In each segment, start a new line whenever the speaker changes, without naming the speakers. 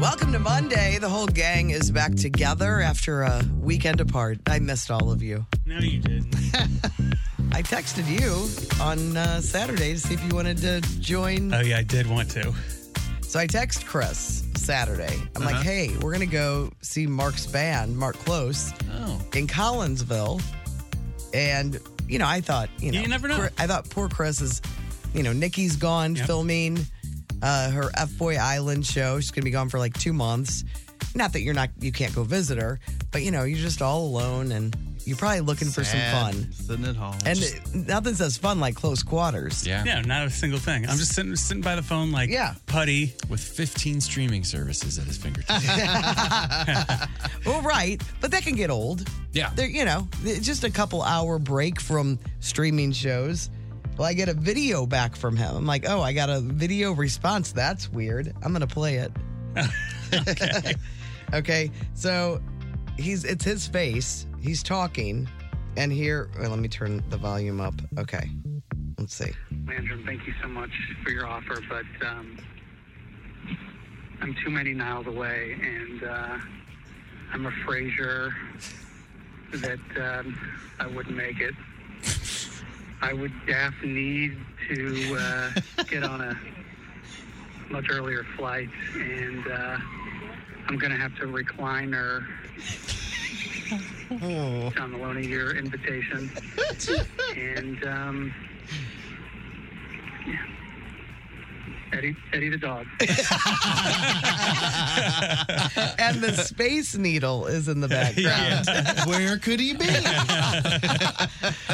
Welcome to Monday. The whole gang is back together after a weekend apart. I missed all of you.
No, you didn't.
I texted you on uh, Saturday to see if you wanted to join.
Oh, yeah, I did want to.
So I text Chris Saturday. I'm like,
Uh-huh.
hey, we're going to go see Mark's band, Mark Close,
Oh.
in Collinsville. And, you know, I thought, you know,
You never know.
poor- I thought poor Chris is, you know, Nikki's gone
Yep.
filming uh, her F Boy Island show. She's going to be gone for like two months. Not that you're not, you can't go visit her, but, you know, you're just all alone and you're probably looking for some fun.
Sitting at home.
And nothing says fun like close quarters.
yeah.
No, not a single thing. I'm just sitting sitting by the phone like
Yeah.
putty.
With 15 streaming services at his
Ah,
fingertips.
Well, right, but that can get old.
Yeah.
There, you know, th- just a couple hour break from streaming shows. Well, I get a video back from him. I'm like, oh, I got a video response. That's weird. I'm gonna play it. okay. So he's it's his face. He's talking, and here. well, let me turn the volume up. Okay. Let's see.
Landrum, thank you so much for your offer, but um, I'm too many miles away, and uh, I'm afraid sure that um, I wouldn't make it. I would daft need to uh, get on a much earlier flight, and uh, I'm going to have to recline or John Maloney your invitation, and. Um, Eddie, Eddie the dog.
And the space needle is in the background.
Where could he be?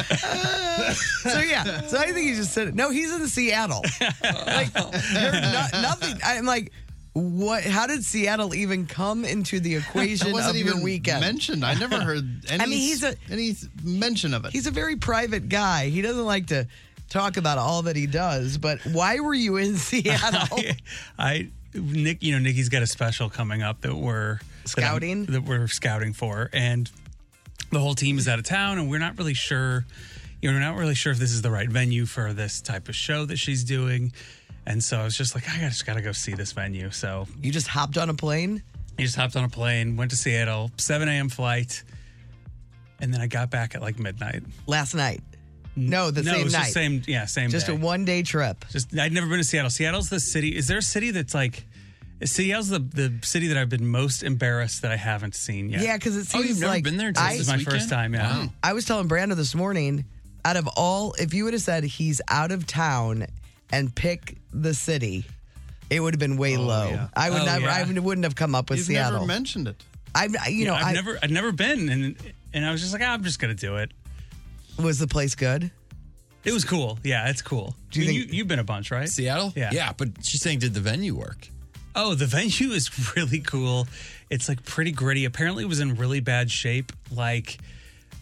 So yeah, so I think he just said it. No, he's in Seattle. Like you're not, nothing. I'm like, what? How did Seattle even come into the
That
equation of
wasn't
your
even
weekend?
mentioned. I never heard any.
I mean, he's a-
any mention of it.
He's a very private guy. He doesn't like to talk about all that he does. But why were you in Seattle?
I Nick, you know, Nikki's got a special coming up that we're that I'm-
Scouting?
that, we're scouting for, and the whole team is out of town, and we're not really sure. You know, we're not really sure if this is the right venue for this type of show that she's doing. And so I was just like, I just got to go see this venue. So
you just hopped on a plane.
I just hopped on a plane, went to Seattle, 7 a.m. flight. And then I got back at like midnight.
Last night. No, the
no,
same
it was the
night.
same, yeah, same
just
day.
a one day trip.
Just I'd never been to Seattle. Seattle's the city. Is there a city that's like is Seattle's the, the city that I've been most embarrassed that I haven't seen yet?
Yeah, because it seems
Oh, you've never
like
been there until
I,
this is my
weekend?
first time. Yeah,
Wow.
I was telling Brando this morning, out of all, if you would have said he's out of town and pick the city, it would have been way low.
yeah.
I would
Oh,
not.
yeah.
I wouldn't have come up with
You've
Seattle.
never mentioned it.
I'm, you know,
I've
I,
never I've never been, and and I was just like, "Ah, I'm just gonna do it.
was the place good?
It was cool. Yeah, it's cool.
Do you
I mean,
think-
you you've been a bunch, right?
Seattle?
Yeah.
Yeah, but she's saying, did the venue work?
Oh, the venue is really cool. It's like pretty gritty. Apparently, it was in really bad shape, like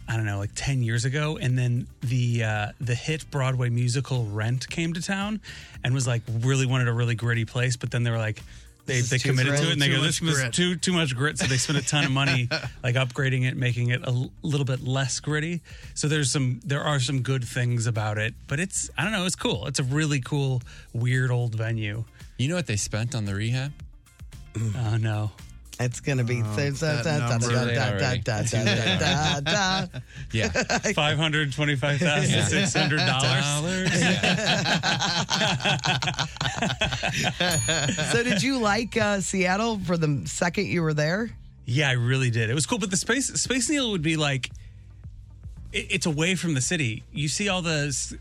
I don't know, like ten years ago. And then the uh, the hit Broadway musical Rent came to town, and was like really wanted a really gritty place. But then they were like. They,
This is
they
too
committed to
gritty.
it and they
Too
go, this
much
was
grit."
too too much grit. So they spent a ton of money like upgrading it, making it a l- little bit less gritty. So there's some there are some good things about it, but it's I don't know, it's cool. It's a really cool, weird old venue.
You know what they spent on the rehab?
Oh no.
It's gonna be.
Oh,
that number.
Yeah.
Five hundred twenty-five thousand six hundred dollars.
yeah.
So, did you like uh, Seattle for the second you were there?
Yeah, I really did. It was cool, but the space space needle would be like, it, it's away from the city. You see all the, s-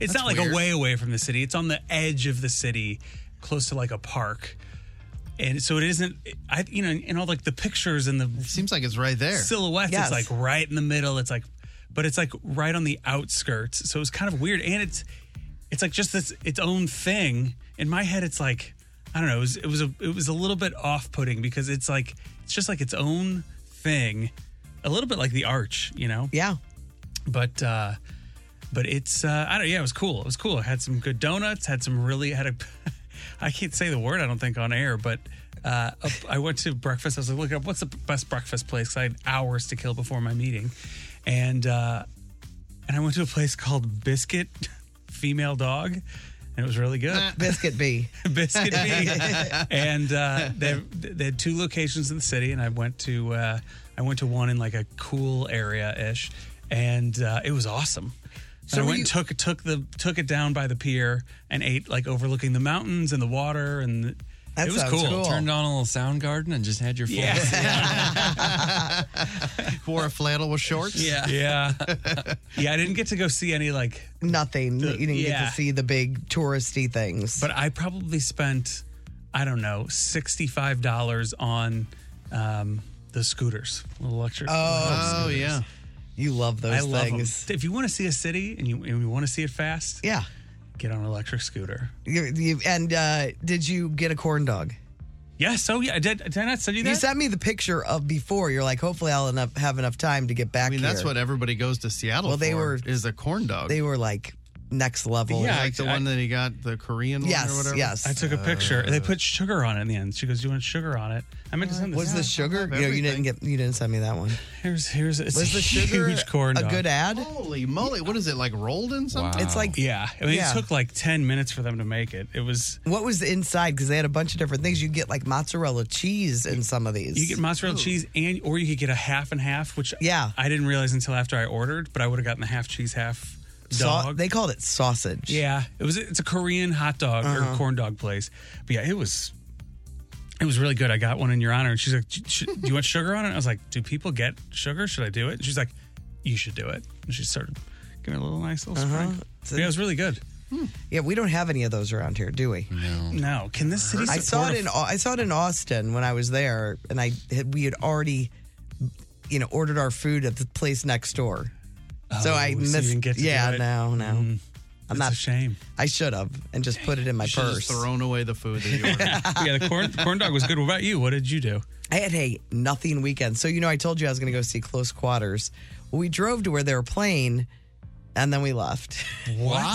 it's not like
weird.
a way away from the city. It's on the edge of the city, close to like a park, and so it isn't. I you know, and all like the pictures and the
Seems like it's right there.
silhouettes.
Yes.
It's like right in the middle. It's like, but it's like right on the outskirts. So it's kind of weird, and it's it's like just this its own thing. In my head, it's like I don't know. It was it was a it was a little bit off putting because it's like it's just like its own thing, a little bit like the arch, you know.
Yeah.
But uh, but it's uh, I don't yeah it was cool it was cool. I had some good donuts. Had some really had a I can't say the word I don't think on air, but. Uh, up- I went to breakfast. I was like, look up what's the best breakfast place. 'Cause I had hours to kill before my meeting, and uh, and I went to a place called Biscuit Female Dog, and it was really good.
Biscuit B.
Biscuit B. and uh, they, they had two locations in the city, and I went to uh, I went to one in like a cool area ish, and uh, it was awesome. So I
were
went
you-
and took took the took it down by the pier and ate like overlooking the mountains and the water and
That
it was
sounds
cool.
cool.
Turned on a little sound garden and just had your full.
Yeah,
Wore a flannel with shorts.
yeah.
yeah, yeah. I didn't get to go see any like,
Nothing. you didn't get
yeah.
to see the big touristy things.
but I probably spent I don't know sixty five dollars on um, the scooters, little electric.
Oh yeah.
you love those
I love 'em.
things.
If you want to see a city and you and you want to see it fast,
Yeah.
get on an electric scooter.
You, you, and uh, did you get a corn dog?
Yeah, so yeah, I did, did I not send you that?
You sent me the picture of before. You're like, hopefully, I'll enough, have enough time to get back.
I mean, that's what everybody goes to Seattle
Well, they
for,
were-
is a corn dog.
they were like next level.
Yeah.
like the
I-
one that he got, the Korean one or
Yes.
whatever.
Yes.
I took a picture. and they put sugar on it in the end. She goes, "Do you want sugar on it?" I meant to send this.
was the sugar?
have
You, know, you didn't
everything.
get. You didn't send me that one.
here's here's it's
Was
a
the sugar
huge corn
a
dog.
good ad?
Holy moly! What is it like rolled in something?
It's like
Yeah, I mean,
Yeah.
it took like ten minutes for them to make it. It was
what was inside? Because they had a bunch of different things. You get like mozzarella cheese in some of these.
you get mozzarella cheese and or you could get a half and half, which
Yeah.
I didn't realize until after I ordered, but I would have gotten the half cheese half
Sau-
dog.
they called it sausage.
Yeah, it was. It's a Korean hot dog
Uh-huh.
or corn dog place. But yeah, it was. It was really good. I got one in your honor, and she's like, "Sh- sh- "Do you want sugar on it?" I was like, "Do people get sugar? Should I do it?" And she's like, "You should do it." And she started giving a little nice little
Uh-huh.
sprinkle. Yeah, it was really good.
Yeah, we don't have any of those around here, do we?
No, can this city?
I saw
support
it
a-
in Au- I saw it in Austin when I was there, and I had, we had already, you know, ordered our food at the place next door. so I
Oh, so you
missed.
didn't get to do
yeah,
it. Mm.
no, no. I'm
It's
not.
a shame.
I should have and just put it in my
Should've
purse.
thrown away the food that you ordered.
yeah, the corn corn dog was good. What about you? What did you do?
I had a nothing weekend. So, you know, I told you I was going to go see Close Quarters. Well, we drove to where they were playing and then we left.
Why?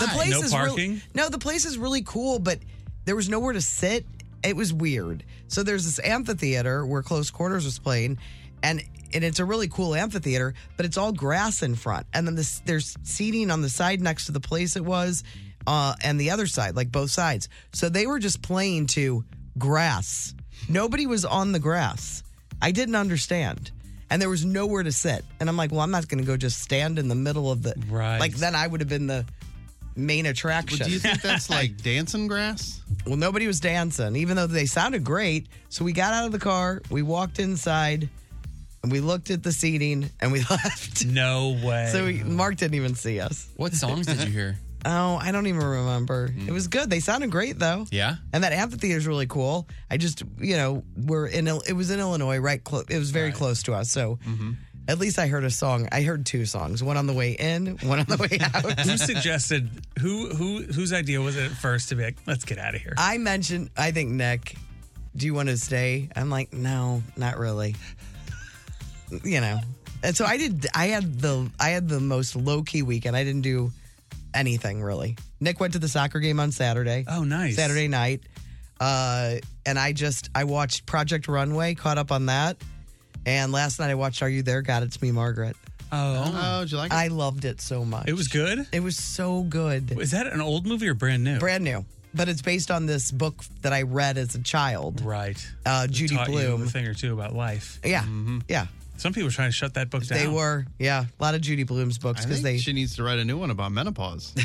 The place
No
is Really,
parking?
no, the place is really cool, but there was nowhere to sit. It was weird. So there's this amphitheater where Close Quarters was playing, and and it's a really cool amphitheater, but it's all grass in front, and then this, there's seating on the side next to the place it was, uh, and the other side, like both sides. So they were just playing to grass. Nobody was on the grass. I didn't understand. And there was nowhere to sit. And I'm like, well, I'm not going to go just stand in the middle of the.
Right.
Like, then I would have been the main attraction.
But do you think that's like dancing grass?
Well, nobody was dancing, even though they sounded great. So we got out of the car, we walked inside, and we looked at the seating, and we left.
No way.
So we, Mark didn't even see us.
What songs did you hear?
Oh, I don't even remember. It was good. They sounded great though.
Yeah?
And that amphitheater's really cool. I just, you know, we're in. Il- It was in Illinois, right? Clo- it was very close to us. So at least I heard a song. I heard two songs. One on the way in, one on the way out.
who suggested who who whose idea was it at first to be like, let's get out of here?
I mentioned, I think, Nick, do you want to stay? I'm like, no, not really. you know. And so I did I had the I had the most low key weekend. I didn't do anything really. Nick went to the soccer game on Saturday.
Oh, nice.
Saturday night. Uh and I just I watched Project Runway, caught up on that. And last night I watched Are You There? God, it's me, Margaret.
oh,
Oh, did you like it?
I loved it so much.
it was good.
it was so good
Is that an old movie or brand new?
brand new but it's based on this book that i read as a child
Right.
uh, judy
Taught you
bloom
a thing or two about life.
yeah yeah
Some people are trying to shut that book down.
they were yeah a lot of judy bloom's books
I
because
think
they
she needs to write a new one about menopause on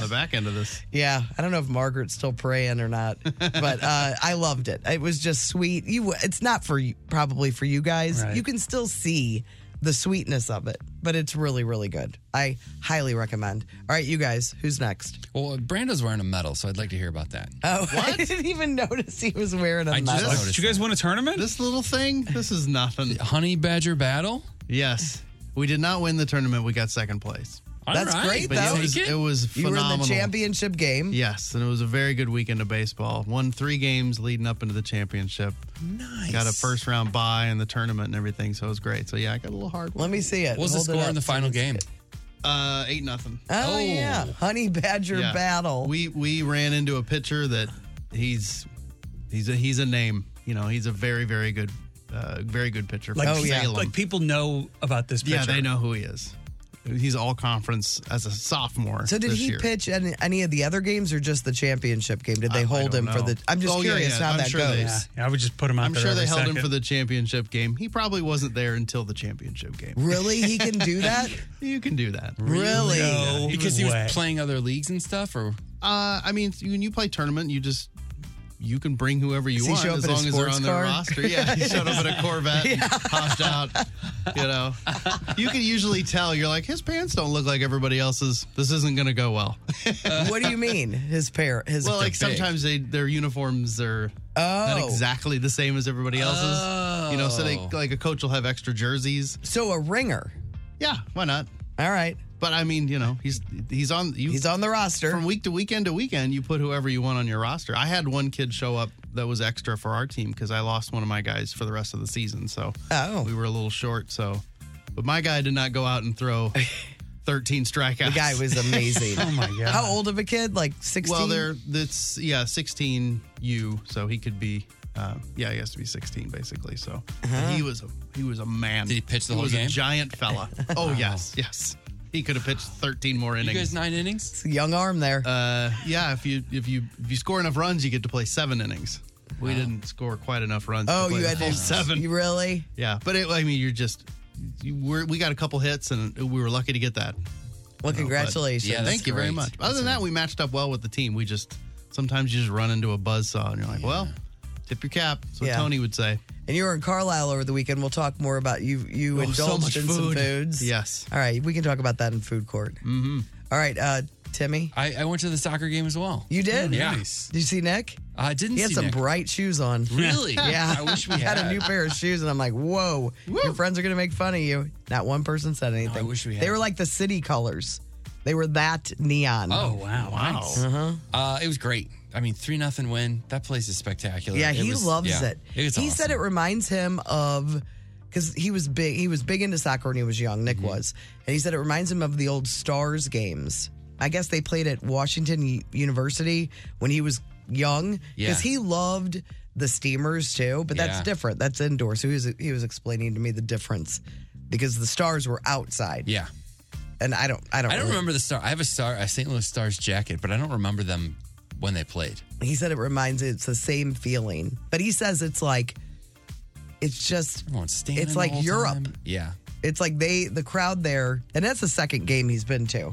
the back end of this.
yeah i don't know if margaret's still praying or not but uh, i loved it it was just sweet you it's not for you probably for you guys
Right.
you can still see the sweetness of it but it's really really good i highly recommend all right you guys who's next
Well, Brando's wearing a medal, so I'd like to hear about that.
oh i didn't even notice he was wearing a
I just
medal.
noticed.
Did you guys win a tournament?
This little thing, this is nothing.
Honey Badger Battle?
Yes. We did not win the tournament. We got second place.
That's
right,
great,
but
though.
you
it was,
take it.
it was
You were
phenomenal.
in the championship game.
Yes, and it was a very good weekend of baseball. Won three games leading up into the championship.
Nice.
Got a first round bye in the tournament and everything, so it was great. So yeah, I got a little hard one.
Let me see it.
What was the
Hold it
score
up.
in the final game?
Uh, eight nothing.
Oh, yeah, honey badger
Yeah.
battle.
We we ran into a pitcher that he's he's a he's a name. You know, he's a very very good uh, very good pitcher.
Like,
from
Oh, yeah.
Salem.
like people know about this pitcher.
yeah, they know who he is. He's all conference as a sophomore.
so did
this
he
year.
pitch any, any of the other games or just the championship game? Did they
I- I
hold
don't
him for
know.
the? I'm just
Oh, yeah,
curious
yeah,
how
I'm
that
sure
goes.
they-
Yeah, yeah, I would just put him out
I'm
there.
sure they
every
held him
second.
for the championship game. He probably wasn't there until the championship game.
Really, he can do that.
You can do that. Uh,
really?
No
Because he
way.
was playing other leagues and stuff, or
Uh, I mean, when you play tournament, you just you can bring whoever you
Does he
want
show up
as
in a
long as they're
sports
on their
car?
roster. Yeah, he showed up in a Corvette, and popped out. You know, you can usually tell. You're like, his pants don't look like everybody else's. This isn't going to go well.
what do you mean? His pair? His
well, like
big.
sometimes they their uniforms are
Oh.
not exactly the same as everybody else's. You know, so they
Oh.
like a coach will have extra jerseys.
so a ringer.
Yeah, why not?
All right,
But I mean, you know, he's he's on. You,
he's on the roster.
from week to weekend to weekend, you put whoever you want on your roster. I had one kid show up that was extra for our team because I lost one of my guys for the rest of the season. So
Oh.
we were a little short. So, but my guy did not go out and throw 13 strikeouts.
the guy was amazing.
Oh my god.
How old of a kid? Like sixteen.
well, they're that's yeah, 16 U. So he could be. Uh, yeah, he has to be 16 basically. So And
Uh-huh.
he was a he was a man.
Did he pitch the whole
was
game?
A giant fella. Oh yes, yes. He could have pitched 13 more
you
innings.
guys nine innings?
It's a young arm there.
Uh, yeah, if you if you if you score enough runs, you get to play seven innings. We didn't score quite enough runs.
oh,
play
you
the
had
full
to
seven.
You really?
Yeah, but it, I mean, you're just you, we're, we got a couple hits, and we were lucky to get that.
Well, congratulations.
Yeah, that's
Thank you very
great.
much. Other than that, we matched up well with the team. We just sometimes you just run into a buzzsaw, and you're like, well, tip your cap. So
Yeah.
Tony would say,
And you were in Carlisle over the weekend. We'll talk more about you. You
Oh, so
indulged
much
in some
food.
foods.
Yes.
All right, we can talk about that in food court. Mm-hmm. right, uh, Timmy,
I, I went to the soccer game as well.
you did.
Yeah.
Nice.
Did you see Nick?
I didn't
He had
see
some
Nick.
bright shoes on.
Really?
Yeah.
I wish we
He
had.
had a new pair of shoes, and I'm like, whoa, your friends are gonna make fun of you. Not one person said anything.
wish we
They
had.
were like the city colors. They were that neon.
Oh
Wow.
wow.
Nice.
Uh-huh.
Uh, it was great. I mean, three nothing win. That place is spectacular.
Yeah,
It
he
was-
loves
yeah.
it. he
awesome.
said it reminds him of because he was big. He was big into soccer when he was young.
Mm-hmm.
Nick was, and he said it reminds him of the old Stars games. I guess they played at Washington U- University when he was young because
Yeah.
he loved the Steamers too. But that's
Yeah.
different. That's indoor. So he was he was explaining to me the difference because the Stars were outside,
Yeah,
and I don't I don't
I don't
really-
remember the star. I have a star, a St. Louis Stars jacket, but I don't remember them when they played.
He said it reminds it's the same feeling, but he says it's like it's just
Everyone's standing.
It's
the
like
whole
Europe.
time. Yeah,
It's like they, the crowd there, and that's the second game he's been to.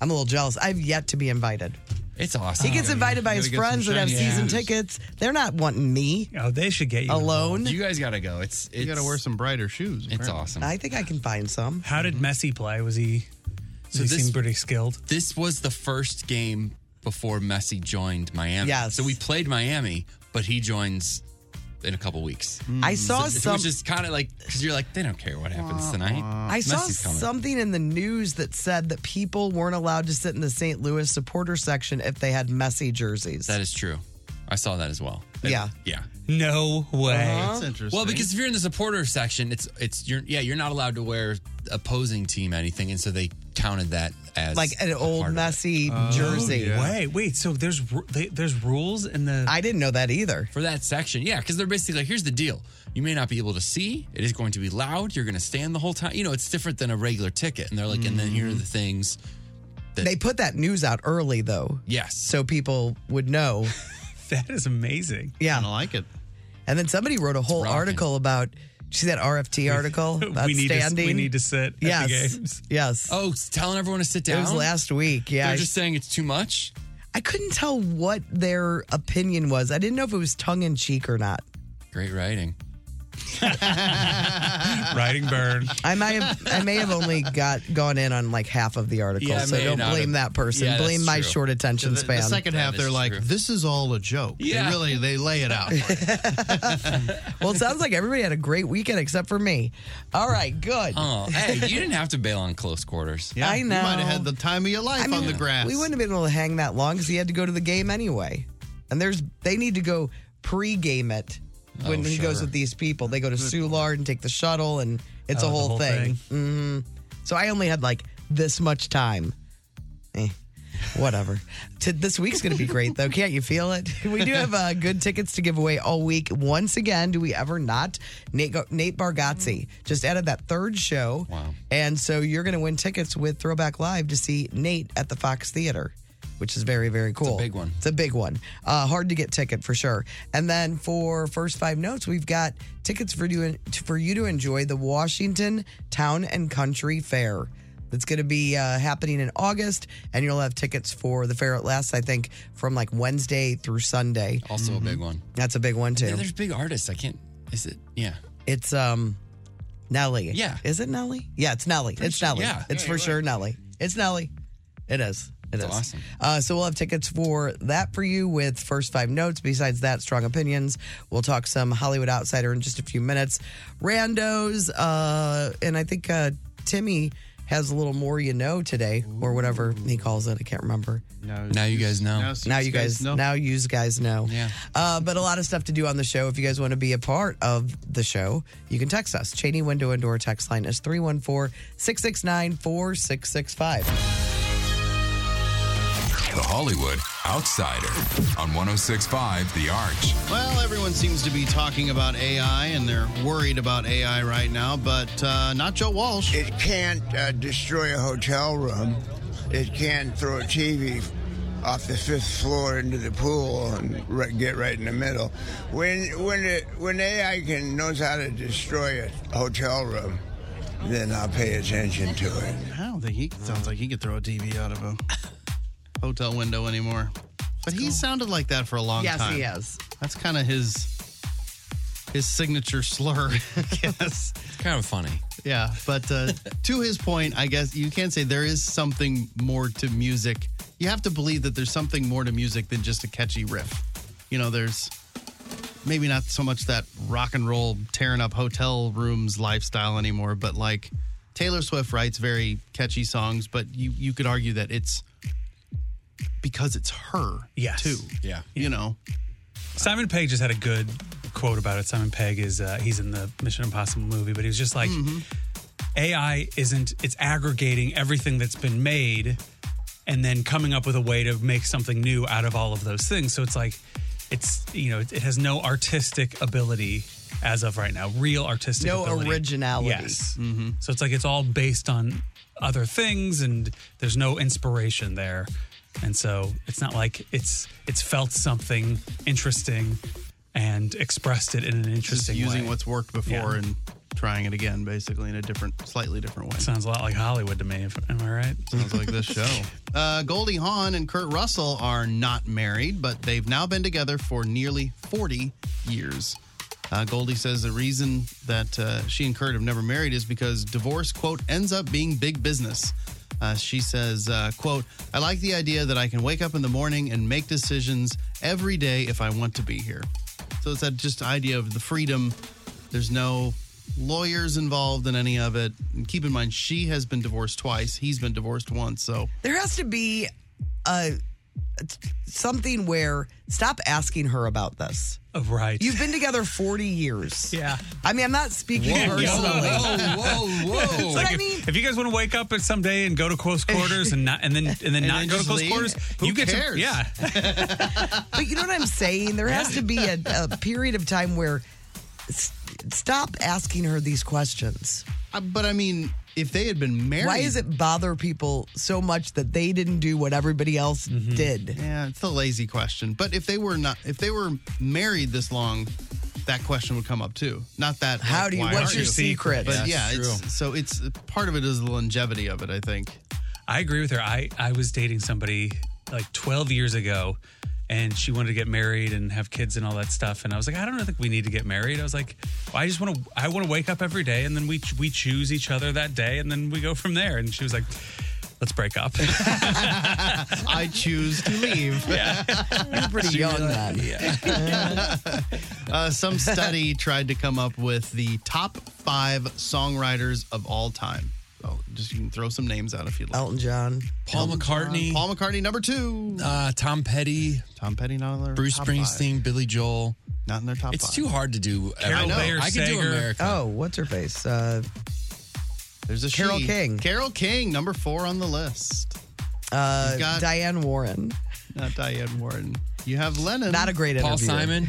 I'm a little jealous. I've yet to be invited.
it's awesome.
He gets invited by
gotta
his
get some
friends that have
shiny
season
shoes.
tickets. They're not wanting me
Oh, they should get you
alone.
You guys gotta go. It's it's
you got to wear some brighter shoes.
It's
apparently.
awesome.
I think I can find some.
How did Messi play? Was he? So he
this-
seemed pretty skilled.
this was the first game before Messi joined Miami.
Yes.
So we played Miami, but he joins in a couple weeks.
I saw
So,
some.
which is kind of like because you're like they don't care what happens tonight.
I saw
Messi's coming.
something in the news that said that people weren't allowed to sit in the St. Louis supporter section if they had messy jerseys.
That is true. I saw that as well. And-
Yeah.
yeah.
No way.
Uh-huh.
That's interesting.
Well, because if you're in the supporter section, it's it's you're yeah you're not allowed to wear opposing team anything, and so they counted that as
like an
a
old
part of it. Oh,
messy jersey.
Way. Wait. So there's ru- they, there's rules in the.
I didn't know that either.
for that section. Yeah, because they're basically like, here's the deal: you may not be able to see. It is going to be loud. You're going to stand the whole time. You know, it's different than a regular ticket. And they're like, and then here are the
Mm.
things.
They put that news out early though,
Yes.
so people would know.
that is amazing.
Yeah.
I like it.
And then somebody wrote a whole
rocking.
article about see that RFT article about
we need
standing.
To, we need to sit at the
yes,
games.
yes.
oh, it's telling everyone to sit
it
down.
was last week. Yeah,
They're
I,
just saying it's too much.
I couldn't tell what their opinion was. I didn't know if it was tongue in cheek or not.
Great writing.
Riding bird.
I may have I may have only got gone in on like half of the article,
Yeah, I
so
may
don't
not
blame
have-
that person.
Yeah, that's
blame my
true.
short attention
The,
span.
the second half,
That
they're
is
like,
true.
"This is all a joke."
Yeah.
They really, they lay it out. for you.
well, it sounds like everybody had a great weekend except for me. All right, good.
Oh, hey, you didn't have to bail on close quarters.
Yeah,
I
You might
know.
have had the time of your life on the grass.
We wouldn't have been able to hang that long because he had to go to the game anyway. And there's they need to go pre-game it when
Oh,
he
sure.
goes with these people. They go to Soulard and take the shuttle, and it's
Oh,
a
the
whole,
whole
thing. Mhm. So I only had like this much time. Eh, whatever. T- this week's going to be great though. Can't you feel it? We do have uh, good tickets to give away all week. Once again, do we ever not? Nate, Go- Nate Bargatze just added that third show.
Wow.
And so you're going to win tickets with Throwback Live to see Nate at the Fox Theater, which is very, very cool.
big one.
It's a big one. Uh, hard to get ticket for sure. And then for first five notes, we've got tickets for you for you to enjoy the Washington Town and Country Fair. That's going to be uh, happening in August, and you'll have tickets for the fair at last. I think from like Wednesday through Sunday.
Also a
Mm-hmm.
big one.
That's a big one too.
Yeah, there's big artists. I can't. Is it? Yeah.
It's um Nelly.
Yeah.
Is it Nelly? Yeah, it's Nelly. it's
sure-
Nelly.
yeah.
It's
Yeah,
for sure Nelly. It's Nelly. It is. It is.
awesome.
Uh, so we'll have tickets for that for you with first five notes. Besides that, strong opinions. We'll talk some Hollywood Outsider in just a few minutes. Randos, uh, and I think uh, Timmy has a little more you know today, or whatever he calls it. I can't remember.
Now you guys know.
Now you guys,
know.
now you guys know.
Yeah.
Uh, but a lot of stuff to do on the show. If you guys want to be a part of the show, you can text us. Cheney Window and Door text line is 314-669-4665.
The Hollywood Outsider on 1065 The Arch.
Well, everyone seems to be talking about AI and they're worried about AI right now, but uh, not Joe Walsh.
It can't uh, destroy a hotel room. It can throw a TV off the fifth floor into the pool and right, get right in the middle. When when it, when AI can knows how to destroy a hotel room, then I'll pay attention to it.
I don't think he sounds like he could throw a TV out of a hotel window anymore. But he sounded like that for a long
Yes,
time.
he has.
That's kind of his his signature slur, I guess.
It's kind of funny.
Yeah, but uh, to his point, I guess you can say there is something more to music. You have to believe that there's something more to music than just a catchy riff. You know, there's maybe not so much that rock and roll tearing up hotel rooms lifestyle anymore, but like Taylor Swift writes very catchy songs, but you you could argue that it's because it's her
Yes.
too.
Yeah.
You know.
Simon Pegg just had a good quote about it. Simon Pegg is uh, he's in the Mission Impossible movie, but he was just like AI isn't it's aggregating everything that's been made and then coming up with a way to make something new out of all of those things. So it's like it's you know it, it has no artistic ability as of right now, real artistic
No
ability.
originality.
Yes.
Mm-hmm.
So it's like it's all based on other things and there's no inspiration there. And so it's not like it's it's felt something interesting and expressed it in an
Just
interesting
using
way.
what's worked before
Yeah.
and trying it again, basically in a different, slightly different way.
sounds a lot like Hollywood to me. If, am I right?
Sounds like this show. Uh, Goldie Hawn and Kurt Russell are not married, but they've now been together for nearly 40 years. Uh, Goldie says the reason that uh, she and Kurt have never married is because divorce, quote, ends up being big business. Uh, she says, uh, quote, I like the idea that I can wake up in the morning and make decisions every day if I want to be here. So it's that just idea of the freedom. There's no lawyers involved in any of it. And keep in mind, she has been divorced twice. He's been divorced once. So
There has to be uh, something where stop asking her about this.
Oh, right.
You've been together 40 years.
Yeah.
I mean, I'm not speaking personally.
whoa, whoa.
It's
But
like
I
if,
mean-
if you guys want to wake up at some day and go to close quarters and not and then and then not
then
go to
just
close
leave?
quarters,
Who
you get
cares?
to yeah.
But you know what I'm saying? There has to be a, a period of time where s- stop asking her these questions.
Uh, but I mean, if they had been married,
Why does it bother people so much that they didn't do what everybody else did?
Mm-hmm. Yeah, it's a lazy question. But if they were not, if they were married this long, that question would come up too. Not that.
How
like,
do you?
why
What's
aren't
your
you?
secret?
But
That's
yeah,
true.
it's, so it's part of it is the longevity of it. I think.
I agree with her. I I was dating somebody like 12 years ago and she wanted to get married and have kids and all that stuff. And I was like, I don't think we need to get married. I was like, well, I just want to, I want to wake up every day, and then we we choose each other that day, and then we go from there. And she was like, let's break up.
I choose to leave.
You're pretty young then.
Uh, some study tried to come up with the top five songwriters of all time. Oh, just you can throw some names out if you'd like.
Elton John.
Paul McCartney,
Paul McCartney, number two.
uh, Tom Petty,
Tom Petty, not in their
Bruce
top
Springsteen, Billy Joel.
five. Not in their top
It's
five.
too hard to do.
Carol
I know.
Bayer
I can do
Sager.
America.
Oh, what's her face? Uh,
There's a
Carole
she.
King.
Carol King, number four on the list.
uh,
You've got-
Diane Warren.
Not Diane Warren. You have Lennon.
Not a great interview.
Paul Simon.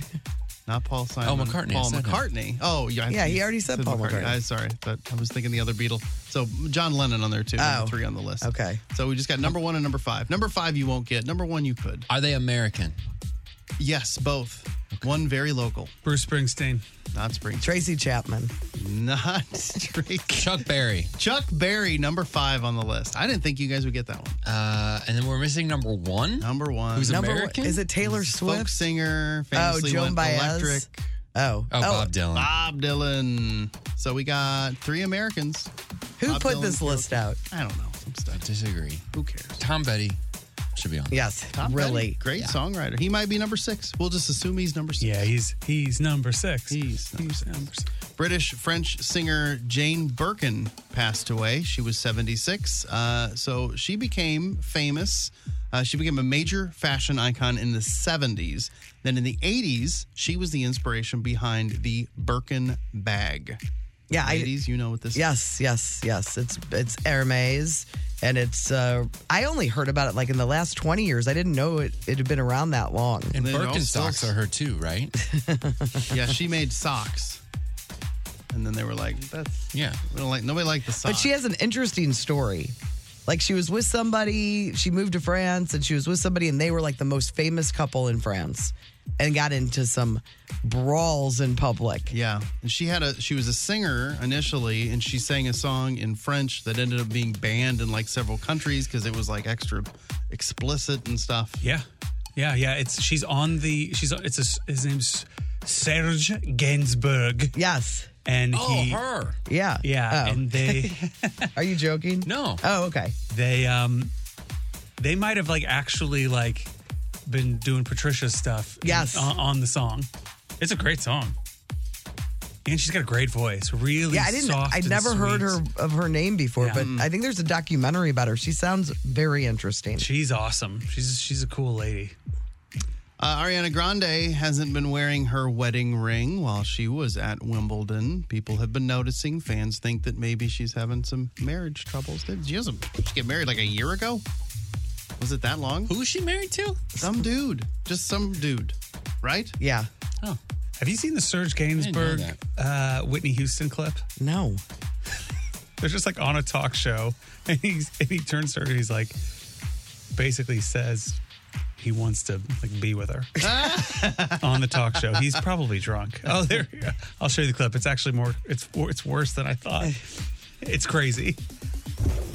Not Paul Simon.
Oh, McCartney, I
Paul
said him.
McCartney. Oh, yeah. I
Yeah,
think
he already said Paul McCartney.
I, sorry, but I was thinking the other Beatle. So John Lennon on there too.
Oh.
Number three on the list.
Okay.
So we just got number one and number five. Number five you won't get. Number one you could.
Are they American?
Yes, both. One very local.
Bruce Springsteen.
Not Spring.
Tracy Chapman.
Not Drake.
Chuck Berry.
Chuck Berry, number five on the list. I didn't think you guys would get that one.
Uh, and then we're missing number one.
Number one.
Who's
number
Number one-
American?
Is it Taylor
folk
Swift?
singer.
Oh,
Famously
Joan
went
Baez.
Electric.
Oh.
Oh, Bob Dylan.
Bob Dylan. So we got three Americans.
Who
Bob
put
Dylan,
this
Taylor
list out?
I don't know. Some stuff.
Disagree.
Who cares?
Tom Petty should be on.
Yes,
Top
really.
Petty, great songwriter. He might be number six. We'll just assume he's number six.
Yeah, he's he's number six.
He's number
He's number six.
British French singer Jane Birkin passed away. She was 76. Uh, so she became famous. Uh, she became a major fashion icon in the 70s. Then in the 80s, she was the inspiration behind the Birkin bag.
Yeah, I,
Ladies, you know what this is.
yes, yes, yes. It's it's Hermes, and it's. Uh, I only heard about it like in the last twenty years. I didn't know it, it had been around that long.
And
They all still-
Birkenstocks are her too, right?
Yeah, she made socks. And then they were like, that's,
Yeah.
we don't like, nobody liked the socks.
But she has an interesting story. Like she was with somebody, she moved to France, and she was with somebody, and they were like the most famous couple in France, and got into some brawls in public.
Yeah, and she had a she was a singer initially, and she sang a song in French that ended up being banned in like several countries because it was like extra explicit and stuff.
Yeah, yeah, yeah. It's she's on the she's on- it's a, s- his name's Serge Gainsbourg,
Yes.
and
Oh,
he
her.
Yeah.
yeah,
Oh.
and they
Are you joking?
No.
Oh, okay.
they um they might have like actually like been doing Patricia's stuff. in-
Yes.
on, on the song. It's a great song, and she's got a great voice. Really,
Yeah, I didn't.
soft
I
and
never heard her
sweet.
of her name before,
Yeah. Mm.
but I think there's a documentary about her. She sounds very interesting.
She's awesome. She's she's a cool lady.
Uh, Ariana Grande hasn't been wearing her wedding ring while she was at Wimbledon. People have been noticing. Fans think that maybe she's having some marriage troubles. Did she, hasn't- she get married like a year ago? Was it that long?
Who is she married to?
Some dude, just some dude, right?
Yeah.
Oh, have you seen the Serge
know
Gainsbourg uh, Whitney Houston clip?
No.
They're just like on a talk show, and, he's, and he turns to her and he's like, basically says he wants to like be with her on the talk show. He's probably drunk. Oh, there. You go. I'll show you the clip. It's actually more. It's it's worse than I thought. It's crazy.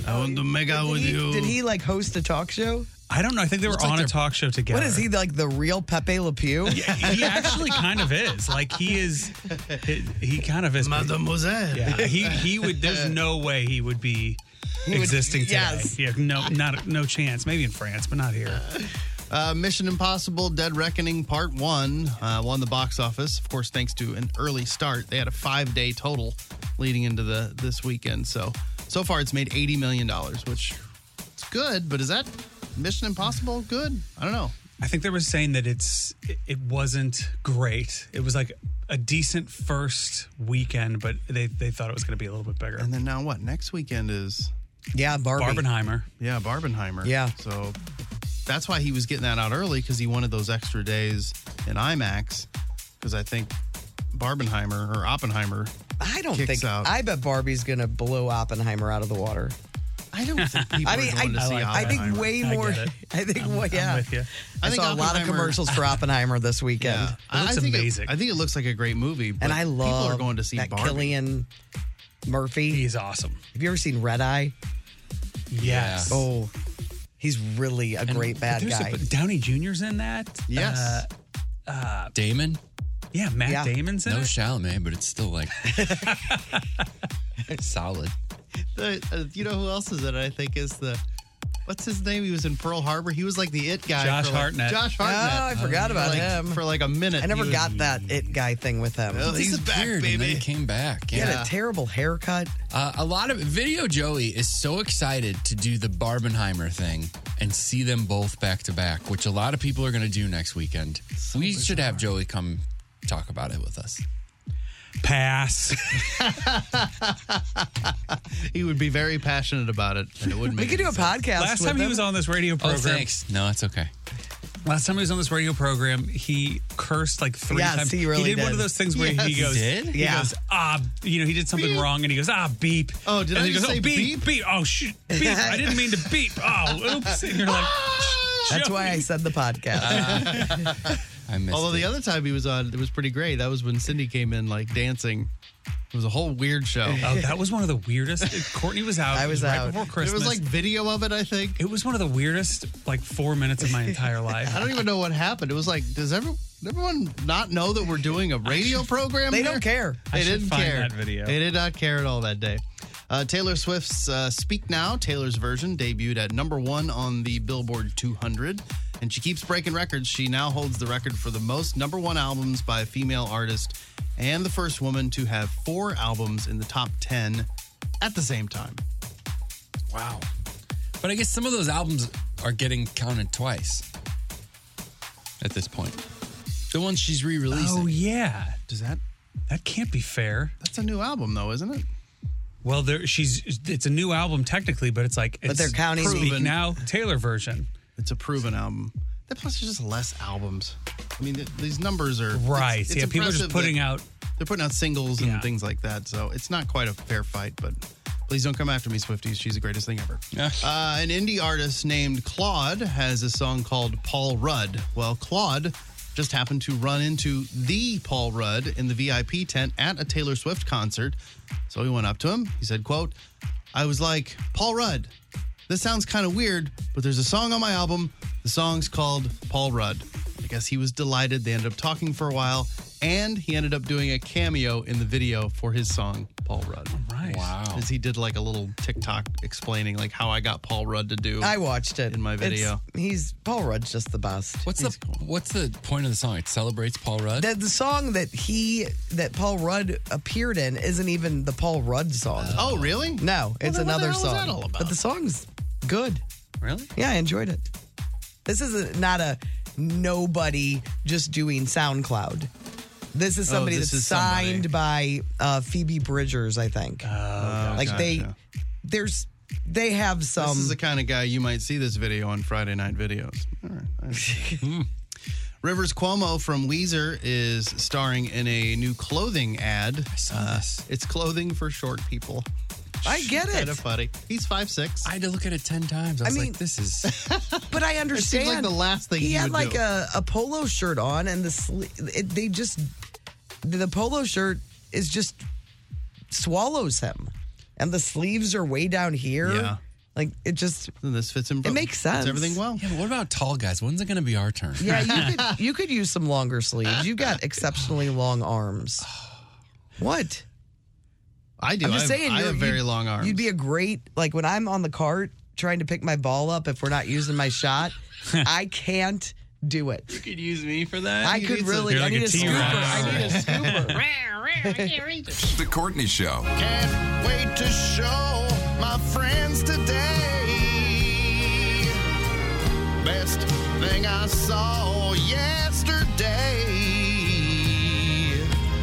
I want to make out
Did he, did he, like host a talk show?
I don't know. I think they were
like
on a
they're-
talk show together.
What is he like the real Pepe Le Pew?
He actually kind of is. Like he is. He, he kind of is.
Mademoiselle.
Yeah, he he would. There's no way he would be existing today.
yes.
Yeah, no, not no chance. Maybe in France, but not here.
Uh, Mission Impossible Dead Reckoning Part 1 uh, won the box office, of course, thanks to an early start. They had a five day total leading into the this weekend. So, so far it's made $80 million, which it's good, but is that Mission Impossible good? I don't know.
I think they were saying that it's it- it wasn't great. It was like a decent first weekend, but they they thought it was going to be a little bit bigger.
And then now what? Next weekend is,
yeah, Barbie.
Barbenheimer.
yeah, Barbenheimer.
Yeah.
So that's why he was getting that out early because he wanted those extra days in IMAX because I think Barbenheimer or Oppenheimer.
I don't
Kicks
think.
out.
I bet Barbie's gonna blow Oppenheimer out of the water.
I don't think people
I
are
mean, I,
going to see
I think
Oppenheimer.
way
I
more.
get it.
I think. well, yeah.
I'm with you.
I,
I think
saw a lot of
Oppenheimer-
commercials for Oppenheimer this weekend,
It looks
think
amazing.
I think it looks like a great movie. but
and I love
people are going to see
that
Barbie.
Killian Murphy.
He's awesome.
Have you ever seen Red Eye?
Yes.
Oh, He's really a great
But
bad
there's a-
guy.
but Downey Jr.'s in that.
Yes.
Uh,
Damon,
yeah, Matt
Yeah.
Damon's in
no
it.
Chalamet, but it's still like solid.
The, uh, you know who else is in it? I think is the what's his name? He was in Pearl Harbor. He was like the it guy.
Josh
for, like-
Hartnett.
Josh
oh,
Hartnett.
I forgot about
like,
him.
for like a minute.
I never
he was-
got that it guy thing with him.
Oh, he's back,
Disappeared and then
baby.
came back.
He
Yeah.
had a terrible haircut.
Uh, a lot of video Joey is so excited to do the Barbenheimer thing and see them both back to back, which a lot of people are going to do next weekend. we should have Joey come talk about it with us.
Pass.
He would be very passionate about it, and it wouldn't.
We
Make
could do a
any sense.
podcast.
Last
with
time he
him.
was on this radio
Oh,
program,
thanks. No, it's okay.
Last time he was on this radio program, he cursed like three
Yes,
times.
he really
did, one
did.
of those things where
Yes.
he goes,
Did?
he
Yeah.
goes, ah, you know, he did something
Beep.
wrong, and he goes, ah, beep.
Oh, did
and
I
then he
just
goes,
say
oh,
beep?
beep? Oh, shoot, beep. I didn't mean to beep. Oh, oops. And you're like,
Ah!
That's why I said the podcast.
I missed
Although
it.
the other time he was on, it was pretty great. That was when Cindy came in like dancing. It was a whole weird show.
Oh, that was one of the weirdest. Courtney was out.
I
It
was
right
out.
before
There
Christmas.
was like video of it, I think.
it was one of the weirdest like four minutes of my entire life.
I don't even know what happened. It was like, does everyone, everyone not know that we're doing a radio program?
They
here?
don't care.
I
They
should
didn't
find
care.
that video.
They did not care at all that day. Uh, Taylor Swift's uh, Speak Now, Taylor's version, debuted at number one on the Billboard 200. And she keeps breaking records. She now holds the record for the most number one albums by a female artist and the first woman to have four albums in the top 10 at the same time.
Wow. But I guess some of those albums are getting counted twice at this point. The ones she's re releasing.
oh yeah,
Does that?
that can't be fair.
That's a new album, though, isn't it?
Well, there she's. It's a new album technically, but it's like. It's
they're counting-
Speak
Proven.
now Taylor version.
It's a proven album. That plus, there's just less albums. I mean, th- these numbers are it's-
Right.
it's
yeah, people are
impressive
just
that-
putting out.
They're putting out singles and
Yeah.
things like that. So it's not quite a fair fight, but please don't come after me, Swifties. She's the greatest thing ever.
Yeah.
Uh, an indie artist named Claude has a song called Paul Rudd. Well, Claude just happened to run into the Paul Rudd in the VIP tent at a Taylor Swift concert. So he went up to him. He said, quote, I was like, Paul Rudd, this sounds kind of weird, but there's a song on my album. The song's called Paul Rudd. I guess he was delighted. They ended up talking for a while, and he ended up doing a cameo in the video for his song, Paul Rudd.
Right.
Oh.
Wow.
As he did like a little TikTok explaining like how I got Paul Rudd to do.
I watched it
In my
It's-
video.
he's Paul Rudd's just the best.
What's the What's the point of the song? It celebrates Paul Rudd.
The, the song that he that Paul Rudd appeared in isn't even the Paul Rudd song.
oh, really?
no, it's
then what the
another
hell is
song.
that all about?
But the song's good.
really?
Yeah, I enjoyed it. This is a, not a nobody just doing SoundCloud. This is somebody
Oh, this
that's
is somebody. Oh,
signed by uh, Phoebe Bridgers, I think. like they, um,
gotcha.
there's, they have some.
This is the kind of guy you might see this video on Friday night videos. All right. Hmm. Rivers Cuomo from Weezer is starring in a new clothing ad. I
saw this.
It's clothing for short people.
I get
Kind of
it,
funny. He's five six.
I had to look at it ten times. I was
mean-
like, this is.
but I
It
understand.
seems like the last thing
he,
he,
had
would
like
do.
a, a polo shirt on and the sli- it, they just the polo shirt is just swallows him and the sleeves are way down here
Yeah.
like it just
And this fits him. both.
makes
Fits
sense.
everything well.
Yeah, but what about tall guys? When's it going to be our turn?
yeah you could you could use some longer sleeves you got exceptionally long arms what
I do.
i'm
I
just
have,
saying
I
you're-
have very
you'd-
long arms.
you'd be a great like when i'm on the cart trying to pick my ball up if we're not using my shot i can't do it
You could use me for that.
i
you
could
need some-
really
you're
i
like
need
a
a scooper
T-Rex.
i need a scooper
The Courtney Show.
Can't wait to show my friends today. Best thing I saw yesterday.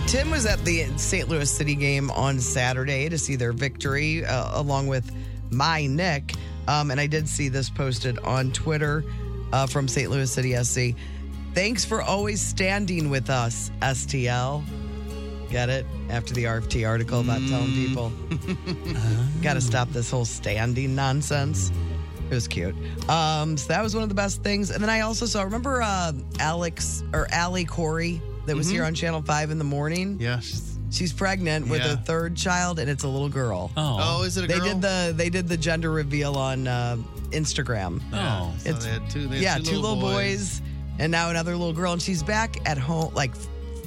Tim was at the St. Louis City game on Saturday to see their victory, uh, along with my Nick. Um, and I did see this posted on Twitter uh, from St. Louis City SC. Thanks for always standing with us, STL. Get it? After the RFT article about
Mm.
telling people, got to stop this whole standing nonsense. It was cute. Um, so that was one of the best things. And then I also saw,
Mm-hmm.
remember uh, Alex or Allie Corey that was here on Channel 5 in the morning?
yeah, she's
She's pregnant with
Yeah.
a third child, and it's a little girl.
Oh, is it a
They
girl?
did the they did the gender reveal on uh, Instagram.
Yeah, Oh, so
It's-
they had two, they had
yeah, two, little boys. and now another little girl, and she's back at home, like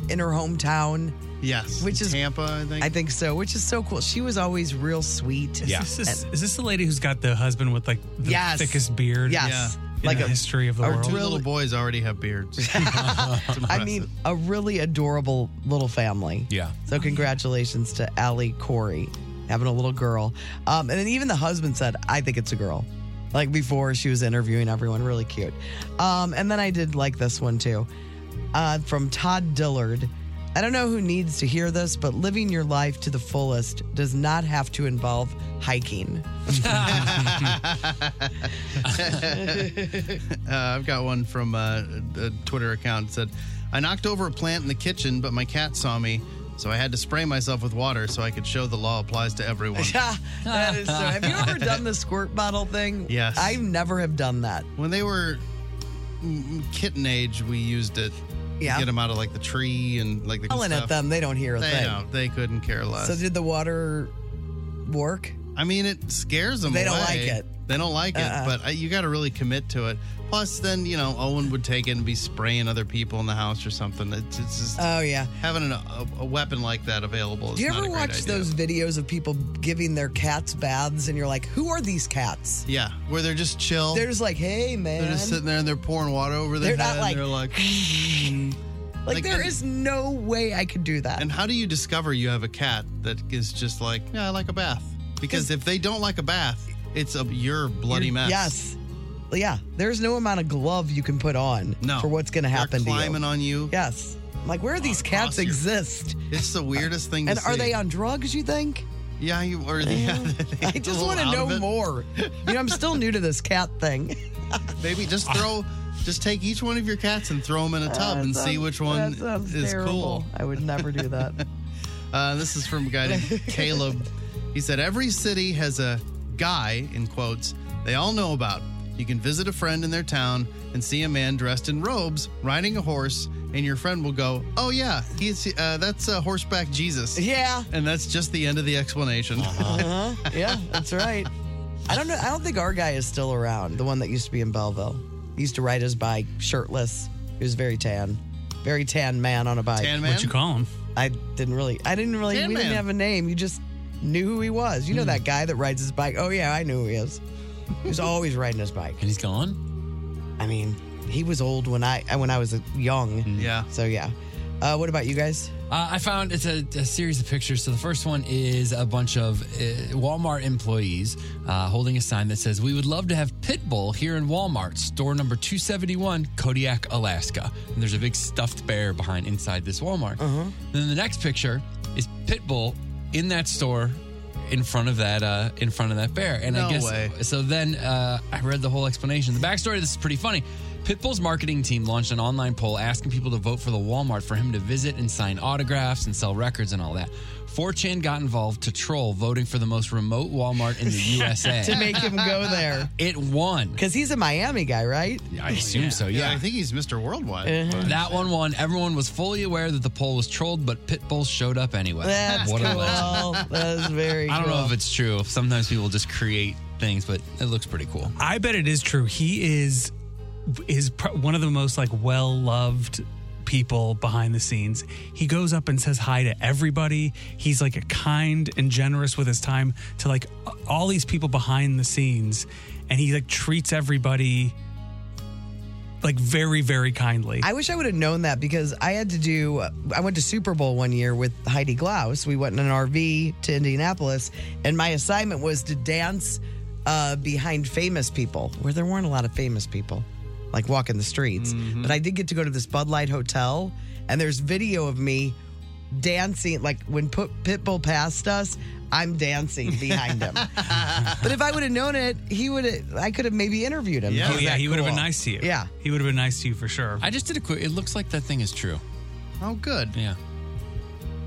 in her hometown.
Yes,
Which is-
Tampa, I think.
I think so, which is so cool. She was always real sweet.
Is, this, is, is this the lady who's got the husband with like the
Yes.
thickest beard?
Yes.
in
Like
the
a-
history of the
a
world.
two
really-
little boys already have beards. It's impressive.
I mean, a really adorable little family.
Yeah.
So congratulations to Allie Corey having a little girl. Um, and then even the husband said, I think it's a girl. Like before she was interviewing everyone, really cute. Um, and then I did like this one too uh, from Todd Dillard. I don't know who needs to hear this, but living your life to the fullest does not have to involve hiking.
Uh, I've got one from uh, a Twitter account that said, I knocked over a plant in the kitchen, but my cat saw me, so I had to spray myself with water so I could show the law applies to everyone.
Yeah, that is so. Have you ever done the squirt bottle thing?
Yes.
I never have done that.
when they were mm, kitten age, we used it
Yeah.
to get them out of like the tree and like the
Yelling
stuff.
at them, they don't hear a
They
thing.
don't. They couldn't care less.
So did the water work?
I mean, it scares them.
They don't
away.
like it.
They don't like
Uh-uh.
it, but I, you got to really commit to it. Plus, then you know Owen would take it and be spraying other people in the house or something. It's, it's just
Oh yeah.
having an, a, a weapon like that available. Is
Do you
not
ever
a great
watch
idea.
those videos of people giving their cats baths and you're like, who are these cats?
Yeah, where they're just chill.
They're just like, hey man.
They're just sitting there and they're pouring water over their
They're not
head.
like-
they're like,
like,
like,
there
and-
is no way I could do that.
and how do you discover you have a cat that is just like, yeah, I like a bath? Because if they don't like a bath, it's a your bloody mess.
Yes. Yeah. There's no amount of glove you can put on
No.
for what's gonna
They're
happen to
climbing
you.
on you.
Yes. I'm like, where do these cats
across your-
exist?
It's the weirdest thing.
And
to
are
see.
they on drugs, you think?
Yeah, you or the, yeah,
I just want to know more. You know, I'm still new to this cat thing.
Maybe just throw, just take each one of your cats and throw them in a tub and see which one
That sounds
is
terrible.
cool.
I would never do that.
Uh, this is from a guy named Caleb. He said, Every city has a guy, in quotes, they all know about. You can visit a friend in their town and see a man dressed in robes riding a horse, and your friend will go, Oh, yeah, he's uh, that's uh, horseback Jesus.
yeah.
And that's just the end of the explanation.
Uh-huh. Yeah, that's right. I don't know. I don't think our guy is still around. The one that used to be in Belleville. He used to ride his bike shirtless. He was very tan. Very tan man on a bike.
Tan man?
What you call him?
I didn't really I didn't really
Tan
we didn't
man.
have a name. You just knew who he was.
Hmm.
You know that guy that rides his bike. Oh yeah, I knew who he is. He was always riding his bike.
And he's gone?
I mean, he was old when I when I was young.
Hmm.
yeah.
So yeah. Uh, what about you guys?
Uh, I found it's a, a series of pictures. So the first one is a bunch of uh, Walmart employees uh, holding a sign that says, We would love to have Pitbull here in Walmart, store number 271, Kodiak, Alaska. And there's a big stuffed bear behind inside this Walmart. Then the next picture is Pitbull in that store. In front of that, uh, in front of that bear, and
No
I guess
way.
So then uh, I read the whole explanation. The backstory of this is pretty funny. Pitbull's marketing team launched an online poll asking people to vote for the Walmart for him to visit and sign autographs and sell records and all that. 4chan got involved to troll, voting for the most remote Walmart in the
To
USA.
make him go there.
it won.
Because he's a Miami guy, right?
I assume
Oh,
so,
Yeah, I
yeah.
think he's Mr. Worldwide.
Uh-huh.
but-
That one won. Everyone was fully aware that the poll was trolled, but Pitbull showed up anyway.
That's
what a
cool.
legend.
That's very
I don't
cool.
know if it's true. Sometimes people just create things, but it looks pretty cool.
I bet it is true. He is is pr- one of the most like well loved people behind the scenes. He goes up and says hi to everybody. He's like a kind and generous with his time to like a- all these people behind the scenes, and he like treats everybody like very very kindly.
I wish I would have known that because I had to do. I went to Super Bowl one year with Heidi Glaus. We went in an RV to Indianapolis, and my assignment was to dance uh, behind famous people, where there weren't a lot of famous people, like walking the streets. But I did get to go to this Bud Light Hotel, and there's video of me dancing. Like when Put Pitbull passed us, I'm dancing behind him. but if I would have known it, he would. have I could have maybe interviewed him.
Yeah.
oh
He's
yeah,
that
he would have
cool.
been nice to you.
Yeah.
he would have been nice to you for sure.
I just did a quick. It looks like that thing is true.
Oh, good.
Yeah.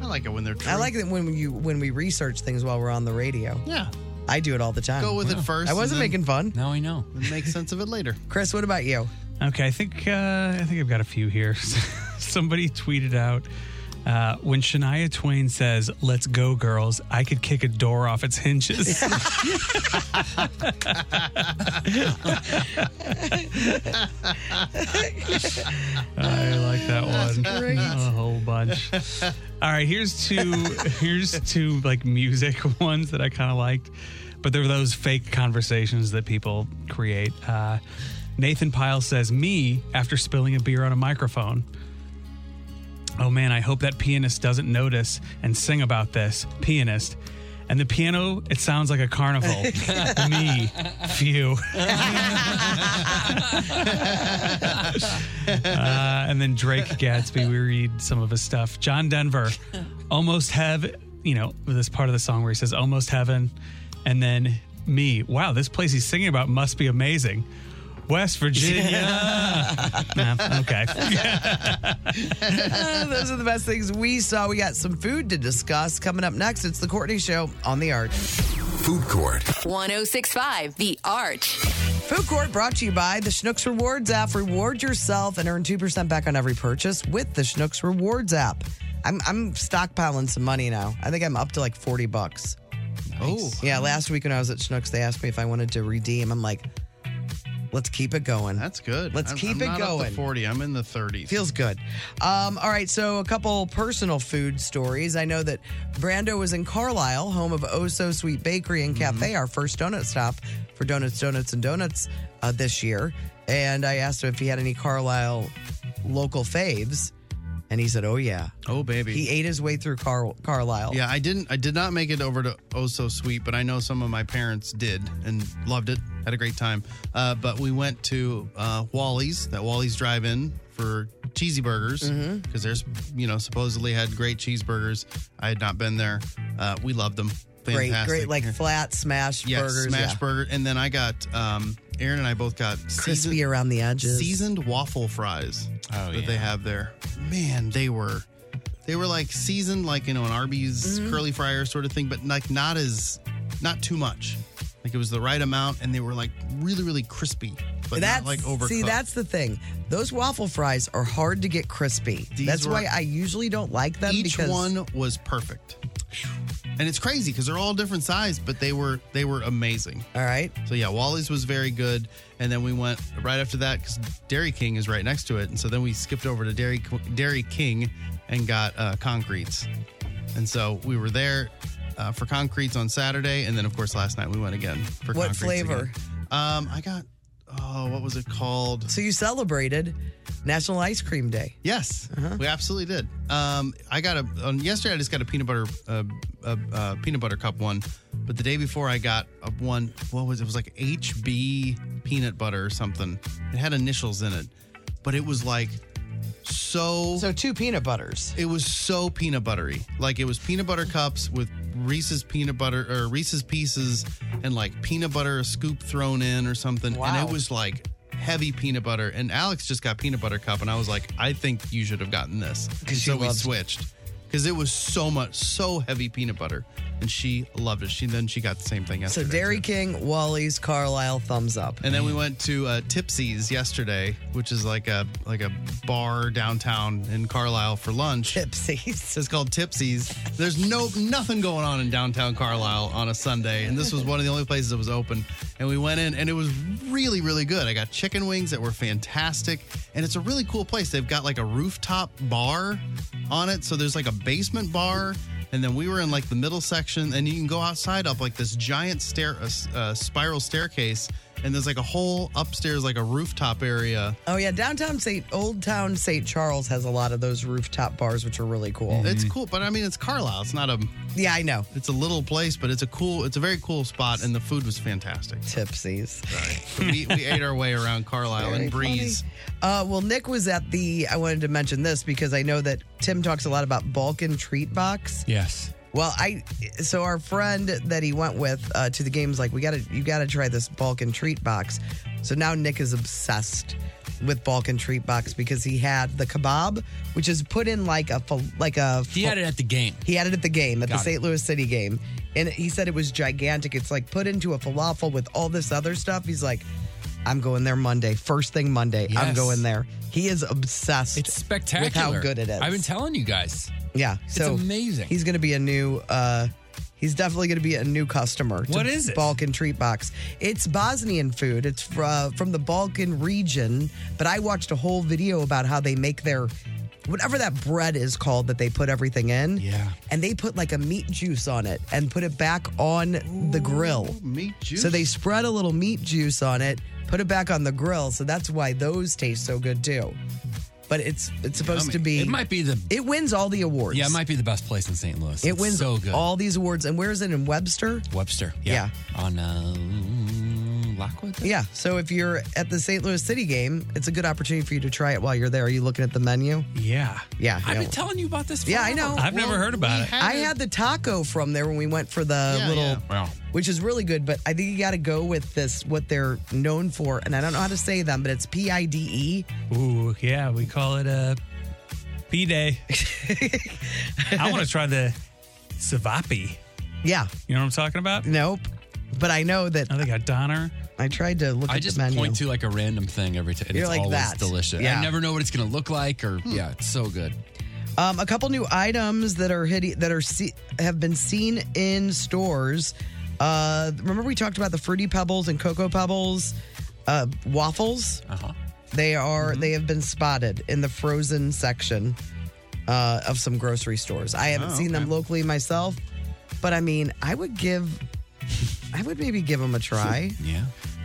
I like it when they're true.
I like it when you when we research things while we're on the radio.
Yeah.
I do it all the time.
Go with it first.
I wasn't
and then
making fun.
Now I know.
Make sense of it later.
Chris, what about you?
Okay, I think uh, I think I've got a few here. Somebody tweeted out Uh, when Shania Twain says, Let's go, girls, I could kick a door off its hinges. I like that one a whole bunch. All right, here's two here's two like music ones that I kind of liked, but there were those fake conversations that people create. Uh, Nathan Pyle says me after spilling a beer on a microphone. Oh man, I hope that pianist doesn't notice and sing about this. Pianist. And the piano, it sounds like a carnival. Me, phew. Uh, and then Drake Gatsby, we read some of his stuff. John Denver, almost have you know this part of the song where he says almost heaven, and then me. Wow, this place he's singing about must be amazing. West Virginia. Nah, okay.
Those are the best things we saw. We got some food to discuss coming up next. It's the Courtney Show on the Arch.
Food Court.
1065 The Arch.
Food Court brought to you by the Schnooks Rewards app. Reward yourself and earn 2% back on every purchase with the Schnooks Rewards app. I'm, I'm stockpiling some money now. I think I'm up to like 40 bucks.
Oh,
Yeah, last week when I was at Schnooks, they asked me if I wanted to redeem. I'm like, let's keep it going.
that's good.
Let's
I'm-
keep
I'm
it
not up to
going.
40. I'm in the 30s.
Feels good. Um, all right, so a couple personal food stories. I know that Brando was in Carlisle, home of Oh So Sweet Bakery and
Mm-hmm.
Cafe, our first donut stop for Donuts, Donuts, and Donuts uh, this year. And I asked him if he had any Carlisle local faves, and he said, "Oh yeah."
oh, baby.
He ate his way through Car- Carlisle.
Yeah, I didn't. I did not make it over to Oh So Sweet, but I know some of my parents did and loved it. Had a great time. Uh, but we went to uh, Wally's, that Wally's drive-in for cheesy burgers because
Mm-hmm.
there's, you know, supposedly had great cheeseburgers. I had not been there. Uh, we loved them.
great, great,
Fantastic.
like flat smash
yes,
burgers,
smash
yeah.
burger. And then I got um, Aaron and I both got
crispy
seasoned-
around the edges.
seasoned waffle fries
Oh,
that they
yeah.
have there. Man, they were they were like seasoned like you know an Arby's
Mm-hmm.
curly fryer sort of thing, but like not as not too much. Like it was the right amount, and they were like really really crispy, but
that's
not like overcooked.
See, that's the thing. Those waffle fries are hard to get crispy.
These
that's
were-
why I usually don't like them.
each
because
one was perfect. And it's crazy because they're all different size, but they were they were amazing.
All right.
So yeah, Wally's was very good, and then we went right after that because Dairy King is right next to it, and so then we skipped over to Dairy Dairy King and got uh, concretes, and so we were there uh, for concretes on Saturday, and then of course last night we went again for
What
Concretes
flavor?
again. Um, I got oh, what was it called?
So you celebrated National Ice Cream Day.
Yes, we absolutely did. Um, I got a on yesterday. I just got a peanut butter uh, uh, uh, peanut butter cup one, but the day before I got a one. What was it? It was like HB peanut butter or something. It had initials in it, but it was like so.
So two peanut butters.
it was so peanut buttery. Like it was peanut butter cups with Reese's peanut butter or Reese's pieces and like peanut butter a scoop thrown in or something.
Wow.
And it was like heavy peanut butter. And Alex just got peanut butter cup, and I was like, I think you should have gotten this. And
she
so we
loves-
switched because it was so much, so heavy peanut butter, and she loved it. She then she got the same thing.
So
Yesterday
Dairy
too.
King, Wally's, Carlisle, thumbs up.
And then we went to uh, Tipsy's yesterday, which is like a like a bar downtown in Carlisle for lunch.
Tipsies.
It's called Tipsy's. There's no nothing going on in downtown Carlisle on a Sunday, and this was one of the only places that was open. And we went in, and it was really, really good. I got chicken wings that were fantastic, and it's a really cool place. They've got like a rooftop bar on it, so there's like a basement bar, and then we were in like the middle section, and you can go outside up like this giant stair, uh, uh, spiral staircase, and there's like a whole upstairs, like a rooftop area.
Oh yeah, downtown St. Old Town St. Charles has a lot of those rooftop bars, which are really cool.
Mm. It's cool, but I mean, it's Carlisle. It's not a
Yeah, I know.
It's a little place, but it's a cool, it's a very cool spot, and the food was fantastic.
Tipsies.
we, we ate our way around Carlisle
Very
and Breeze.
Uh, well, Nick was at the. I wanted to mention this because I know that Tim talks a lot about Balkan Treat Box.
Yes.
Well, I so our friend that he went with uh, to the games like we got to you got to try this Balkan treat box. So now Nick is obsessed with Balkan treat box because he had the kebab, which is put in like a fil- like a
He had it at the game.
he had it at the game at the
Got it.
St. Louis City game, and he said it was gigantic. It's like put into a falafel with all this other stuff. He's like, I'm going there Monday, first thing Monday. I'm
Yes.
going there. He is obsessed.
It's spectacular.
With how good it is.
I've been telling you guys.
Yeah. So
amazing.
He's going to be a new. uh He's definitely going to be a new customer. To
What is it?
Balkan Treat Box. It's Bosnian food. It's fr- uh, from the Balkan region. But I watched a whole video about how they make their whatever that bread is called that they put everything in.
Yeah.
And they put like a meat juice on it and put it back on the grill.
Meat juice.
So they spread a little meat juice on it, put it back on the grill. So that's why those taste so good too. But it's it's supposed to be.
It might be the
It wins all the awards.
yeah, it might be the best place in St. Louis.
It
It's
wins
so good.
all these awards. And where is it in Webster?
Webster. Yeah. On uh, Lockwood. there?
Yeah. So if you're at the St. Louis City game, it's a good opportunity for you to try it while you're there. Are you looking at the menu?
Yeah.
Yeah.
I've
yeah.
been telling you about this.
Yeah, I
forever.
know.
I've never heard about
we
it.
I had the taco from there when we went for the
Yeah,
little,
yeah.
Wow.
which is really good. But I think you got to go with this what they're known for, and I don't know how to say them, but it's P I D E.
Ooh, yeah. We call it a P day. I want to try the Savapi.
E. Yeah,
You know what I'm talking about?
nope. But I know that
Now they got Donner.
I tried to look
I
at
just
the menu.
point to like a random thing every time. and
You're
it's
like,
always
"That's-
delicious.
yeah." Hmm.
I never know what it's going to look like or yeah, it's so good.
Um, a couple new items that are hid- that are see- have been seen in stores. Uh, remember we talked about the fruity pebbles and cocoa pebbles uh, waffles.
Uh-huh.
They are they have been spotted in the frozen section uh, of some grocery stores. I haven't seen them locally myself, but I mean, I would give, I would maybe give them a try.
Yeah.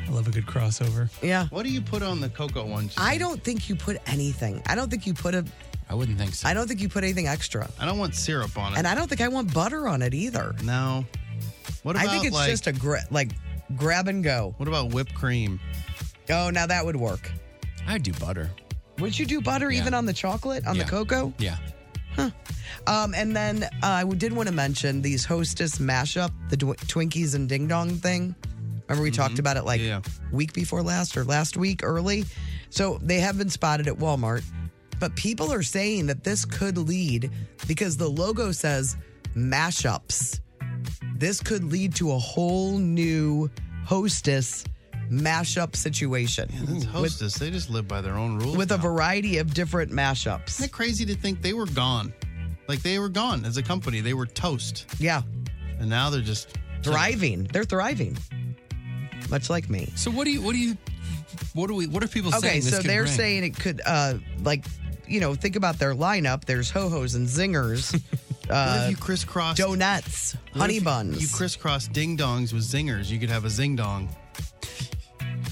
I love a good crossover.
yeah,
What do you put on the cocoa one?
I don't think you put anything. I don't think you put a.
I wouldn't think so.
I don't think you put anything extra,
I don't want syrup on it.
and I don't think I want butter on it either.
no. What
I
about
think it's
like,
just a gra- like grab and go.
what about whipped cream?
Oh, now that would work.
I'd do butter.
Would you do butter
Yeah.
even on the chocolate, on the
Yeah.
cocoa?
Yeah.
Um, and then uh, I did want to mention these Hostess mashup, the Dw- Twinkies and Ding Dong thing. Remember we talked about it like
Mm-hmm. Yeah.
week before last or last week early. So they have been spotted at Walmart, but people are saying that this could lead because the logo says mashups. This could lead to a whole new Hostess mashup situation
It's hostess. they just live by their own rules.
with a
now.
variety of different mashups.
Isn't it crazy to think they were gone? Like they were gone as a company. They were toast.
Yeah,
And now they're just
thriving. They're thriving, much like me.
So what do you what do you what do we what are people
Okay,
saying? this
so
could
they're
bring?
saying it could, uh, like, you know, think about their lineup. There's ho hos and zingers,
what
uh,
if you crisscross
donuts, honey buns.
You crisscross ding dongs with zingers. You could have a zing dong.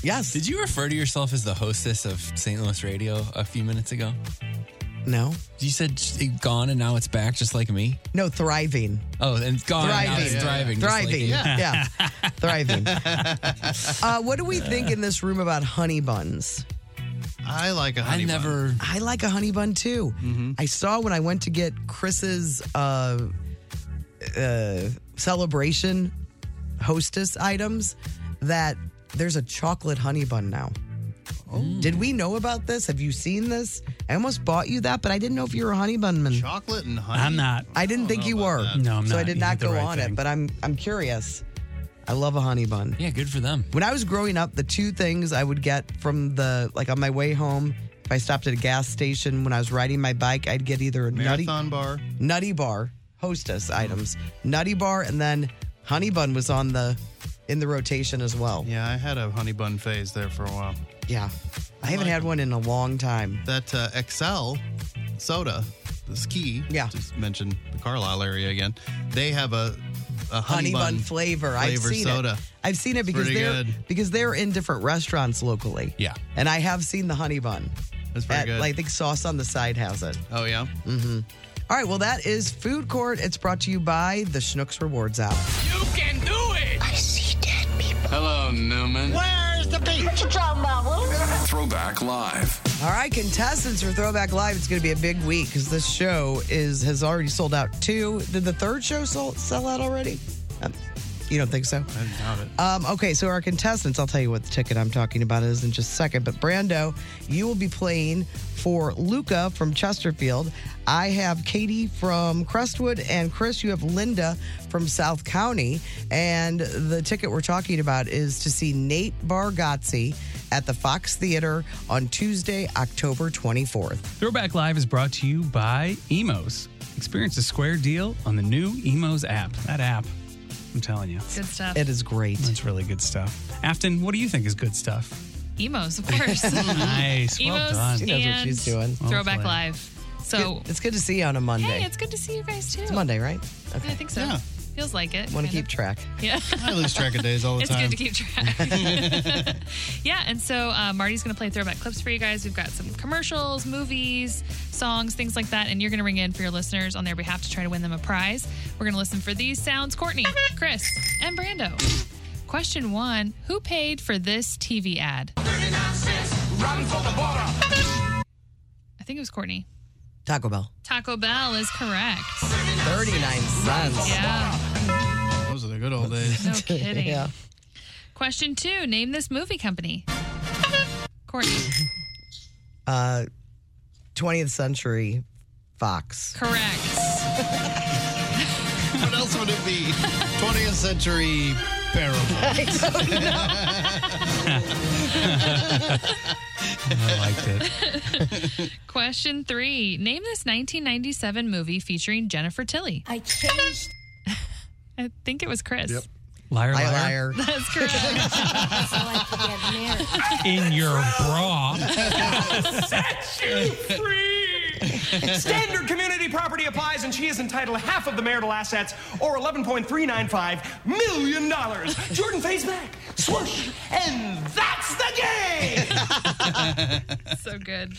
yes.
Did you refer to yourself as the hostess of St. Louis radio a few minutes ago?
No,
You said it gone and now it's back, just like me.
no, thriving,
Oh, and it's gone. and now
Thriving.
it's thriving. just like
thriving. yeah,
you.
thriving. Uh, what do we think in this room about honey buns?
I like a honey
I
bun.
never.
I like a honey bun too. I saw when I went to get Chris's uh, uh, celebration hostess items that there's a chocolate honey bun now. Did we know about this? Have you seen this? I almost bought you that, but I didn't know if you were a honey bun man.
chocolate and honey.
I'm not.
I didn't think you were.
No, I'm
so I
not.
did
You
not
did the
go
right
on
thing.
it, but I'm I'm curious. I love a honey bun.
Yeah, good for them.
When I was growing up, the two things I would get from the like on my way home, if I stopped at a gas station when I was riding my bike, I'd get either a nutty
Marathon bar.
nutty bar, hostess items, nutty bar, and then honey bun was on the in the rotation as well. Yeah,
Yeah, I had a honey bun phase there for a while.
I haven't had one in a long time.
That uh, XL soda, the ski.
Yeah.
Just mentioned the Carlisle area again. They have a, a
Honey,
honey,
bun, flavor. I've
flavor
seen
soda.
it. I've seen it because
pretty
they're
good.
because they're in different restaurants locally.
Yeah.
and I have seen the honey bun.
That's pretty
At-
good.
I think sauce on the side has it.
oh yeah.
Mm. All right, well, that is Food Court. It's brought to you by the Schnucks Rewards app.
You can do it! I see dead people.
Hello, Newman.
What you talking about,
Throwback Live.
All right, contestants for Throwback Live. It's going to be a big week because this show is has already sold out two. Did the third show sold, sell out already? Um, you don't think so?
I doubt it.
Um, okay, so our contestants, I'll tell you what the ticket I'm talking about is in just a second. But Brando, you will be playing for Luca from Chesterfield. I have Katie from Crestwood, and Chris, you have Linda from South County. And the ticket we're talking about is to see Nate Bargatze at the Fox Theater on Tuesday, October 24th.
Throwback Live is brought to you by Emos. Experience a square deal on the new Emos app. That app, I'm telling you.
Good stuff.
It is great.
That's really good stuff. Afton, what do you think is good stuff?
Emos, of course.
Nice. Well
Emos
done. She knows what
and
she's doing. Well
Throwback
played.
Live. So
Good- it's good to see you on a Monday.
hey, it's good to see you guys too.
It's Monday, right?
I think so.
Yeah.
Feels like it.
Want to keep
kinda.
track.
Yeah.
I lose track of days all the
It's
time.
good to keep track. yeah, and so uh, Marty's going to play throwback clips for you guys. We've got some commercials, movies, songs, things like that, and you're going to ring in for your listeners on their behalf to try to win them a prize. We're going to listen for these sounds Courtney, Chris, and Brando. Question one Who paid for this TV ad? I think it was Courtney.
Taco Bell.
Taco Bell is correct.
39 cents.
Yeah,
Those are the good old days.
no kidding.
Yeah.
Question two Name this movie company. Courtney.
Uh, 20th Century Fox.
Correct.
what else would it be? 20th century parable.
I liked it.
Question three Name this 1997 movie featuring Jennifer Tilly.
I changed.
I think it was Chris.
Liar,
I
liar,
liar.
That's correct.
So I could get married.
in your bra.
Standard community property applies, and she is entitled to half of the marital assets, or $11.395 million. Jordan face back, swoosh, and that's the game!
so good.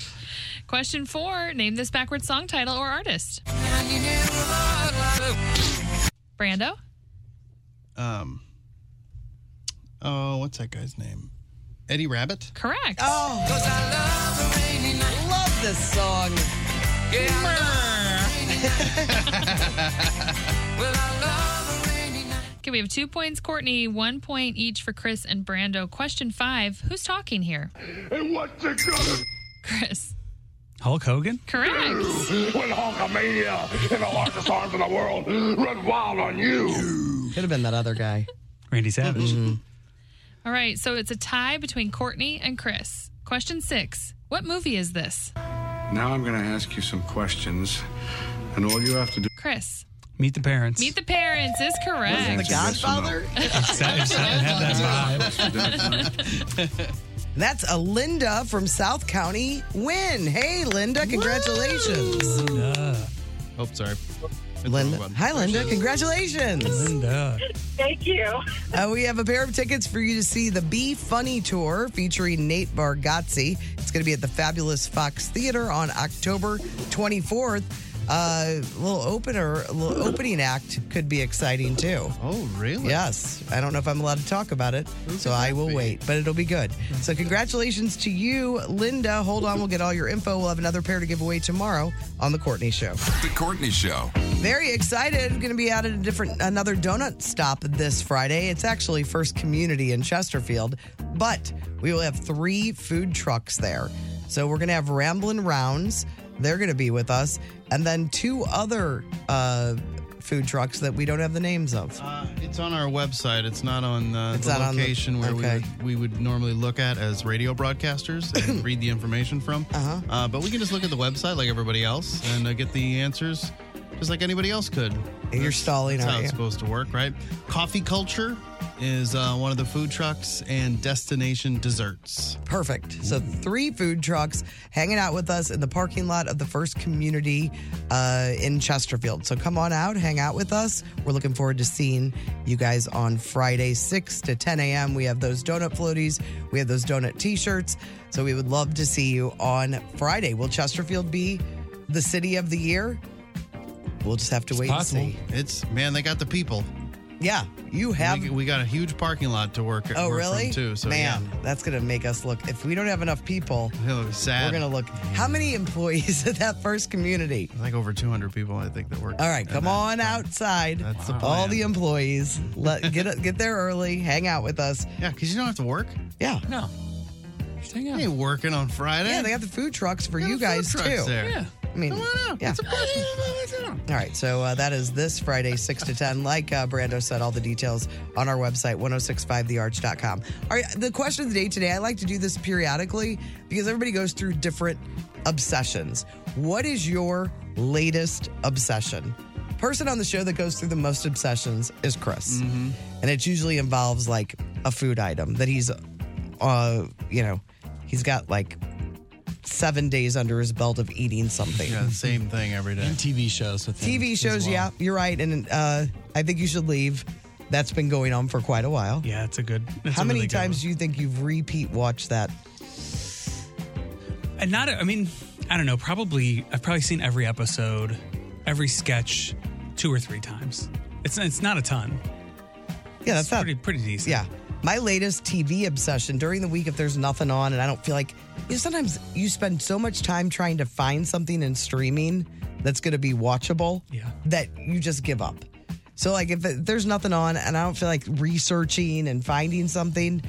Question four Name this backward song title or artist. Brando?
Um, oh, what's that guy's name? Eddie Rabbit?
Correct.
Oh. Love this song.
Okay, we have two points, Courtney, one point each for Chris and Brando. Question five Who's talking here?
And what's it gonna
Chris.
Hulk Hogan?
Correct.
when Hulkamania and the largest arms in the world run wild on you?
Could have been that other guy.
Randy Savage.
All right, so it's a tie between Courtney and Chris. Question six What movie is this?
Now I'm gonna ask you some questions, and all you have to do
Chris.
Meet the parents.
Meet the parents is
The
correct.
Godfather?
Savage had that vibe.
That's a Linda from South County win. Hey, Linda, congratulations.
Linda.
Oh, sorry.
Linda. Hi, Linda. Congratulations.
Linda.
Thank you.
Uh, we have a pair of tickets for you to see the Be Funny Tour featuring Nate Bargatze. It's going to be at the Fabulous Fox Theater on October 24th. Uh, little opener, little opening act could be exciting too.
Oh, really?
Yes. I don't know if I'm allowed to talk about it, so I will wait, but it'll be good. So, congratulations to you, Linda. Hold on, we'll get all your info. We'll have another pair to give away tomorrow on The Courtney Show.
The Courtney Show.
Very excited. Going to be out at a different, another donut stop this Friday. It's actually First Community in Chesterfield, but we will have three food trucks there. So, we're going to have Ramblin' Rounds. They're going to be with us, and then two other uh, food trucks that we don't have the names of.
Uh, it's on our website. It's not on uh,
It's
the
not on the-
location where
okay.
we, would, we would normally look at as radio broadcasters and read the information from. Uh-huh. but we can just look at the website like everybody else and uh, get the answers just like anybody else could.
You're
That's-
stalling,
That's how
aren't
it's
you?
supposed to work, right? Coffee Culture is uh, one of the food trucks and Destination Desserts.
Perfect. So three food trucks hanging out with us in the parking lot of the First Community uh, in Chesterfield. So come on out, hang out with us. We're looking forward to seeing you guys on Friday, six to ten a.m. We have those donut floaties, we have those donut T-shirts. So we would love to see you on Friday. Will Chesterfield be the city of the year? We'll just have to wait
possible.
and see.
It's, man, they got the people.
Yeah, you have
we, we got a huge parking lot to work,
Oh,
work
really?
from, too. So,
Man, that's going to make us look, if we don't have enough people,
yeah. It'll be sad.
we're going to look. How many employees at that first community?
like over 200 people, I think, that work.
All right, come on
And then-
outside.
That's the
All
plan.
the employees, let get get there early, hang out with us.
Yeah, because you don't have to work.
Yeah,
No. Just hang out.
You ain't working on Friday.
yeah, they got the food trucks for
They
you
got food
guys too.
trucks There.
Yeah.
I mean, yeah. All right, so uh, that is this Friday, 6 to 10. Like uh, Brando said, all the details on our website, 1065thearch.com. All right, the question of the day today, I like to do this periodically because everybody goes through different obsessions. What is your latest obsession. Person on the show that goes through the most obsessions is Chris. And it usually involves like a food item that he's, uh, you know, he's got like seven days under his belt of eating something.
Yeah, same thing every day. And TV shows with
TV shows, yeah, you're right. And uh, I think you should leave. That's been going on for quite a while.
Yeah, it's a good. it's
How
a
many
really good
times do you think you've repeat watched that?
and not i mean i don't know probably i've probably seen every episode every sketch two or three times it's it's not a ton
Yeah, that's not
pretty pretty decent
Yeah. My latest TV obsession during the week, if there's nothing on and I don't feel like, you know, sometimes you spend so much time trying to find something in streaming that's going to be watchable that you just give up. So, like, if it- there's nothing on and I don't feel like researching and finding something,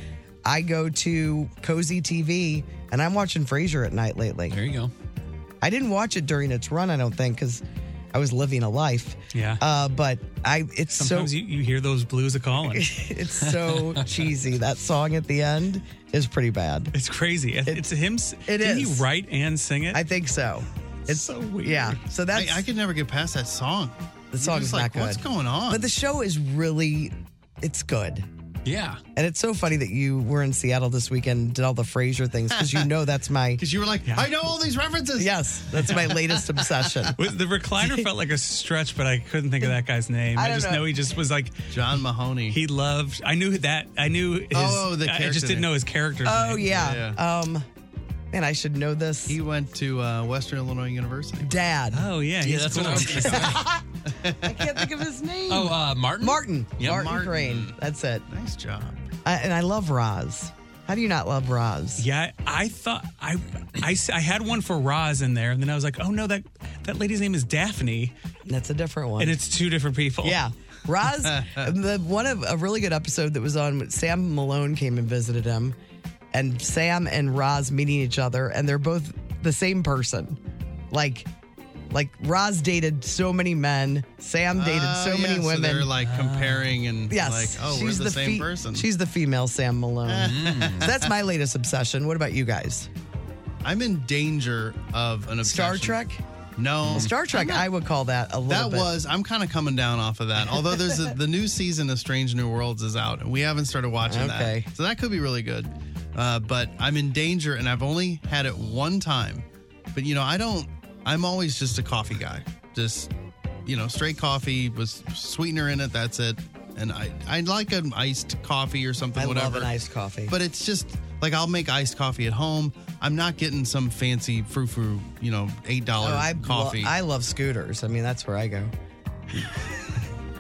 I go to Cozy TV and I'm watching Frasier at night lately. There
you go.
I didn't watch it during its run, I don't think, because I was living a life.
Yeah.
Uh, but I, it's so
sometimes you, you hear those blues a calling
it's so cheesy. That song at the end is pretty bad.
It's crazy. It, it's him.
It
did
is.
he write and sing it?
I think so. It's
so weird.
Yeah. So that's
I, I could never get past that song.
the song's
just
not
like,
good.
what's going on?
But the show is really, it's good.
Yeah.
And it's so funny that you were in Seattle this weekend and did all the Frasier things because you know that's my. Because
you were like, I know all these references.
Yes, that's my latest obsession.
With- the recliner felt like a stretch, but I couldn't think of that guy's name.
I
I,
don't
just
know.
know. he just was like
John Mahoney.
He loved. I knew that. I knew his.
Oh, the
I- I
character
just didn't
name.
know his character's
Oh,
name.
yeah. Um, and I should know this.
He went to uh, Western Illinois University.
Dad.
Oh yeah.
he's that's what I was cool.
I can't think of his name.
Oh, uh, Martin?
Martin.
Yeah,
Martin,
Martin.
Crane. That's it.
Nice job.
I, and I love Roz. How do you not love Roz?
Yeah, I thought I, I, s- I had one for Roz in there, and then I was like, oh no, that that lady's name is Daphne,
That's a different one,
and it's two different people.
Yeah. Roz, the one of a really good episode that was on when Sam Malone came and visited him, and Sam and Roz meeting each other, and they're both the same person. Like, like Roz dated so many men, Sam dated
Oh,
so many
yeah,
women.
So they're like comparing and
yes,
like, oh, we're the, same
fe-
person. Mm.
She's the female Sam Malone. So that's my latest obsession. What about you guys?
I'm in danger of an obsession.
Star Trek.
No.
Star Trek, I would call that a little
That
bit.
was I'm kind of coming down off of that. Although there's a, the new season of Strange New Worlds is out, and we haven't started watching
Okay.
that, so that could be really good. Uh, but I'm in danger, and I've only had it one time. But you know, I don't. I'm always just a coffee guy. Just you know, straight coffee with sweetener in it. That's it. And I I like an iced coffee or something.
I
whatever.
love an iced coffee.
But it's just like I'll make iced coffee at home. I'm not getting some fancy frou frou, you know, eight
Oh,
dollar
I lo-
coffee.
I love scooters. I mean, that's where I go.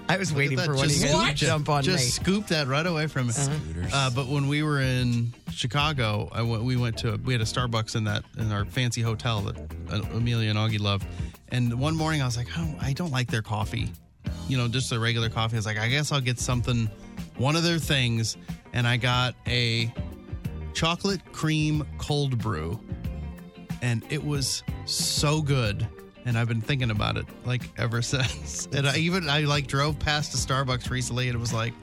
I was waiting
That
for one of
just
you guys
scooped
to
it.
jump on
Just
me. Uh-huh.
scoop that right away from it. Uh, but when we were in Chicago, I went, we went to we had a Starbucks in that in our fancy hotel that uh, Amelia and Augie love. And one morning I was like, oh, I don't like their coffee, you know, just the regular coffee. I was like, I guess I'll get something, one of their things, and I got a chocolate cream cold brew, and it was so good. And I've been thinking about it like ever since. And I even I like drove past a Starbucks recently, and it was like,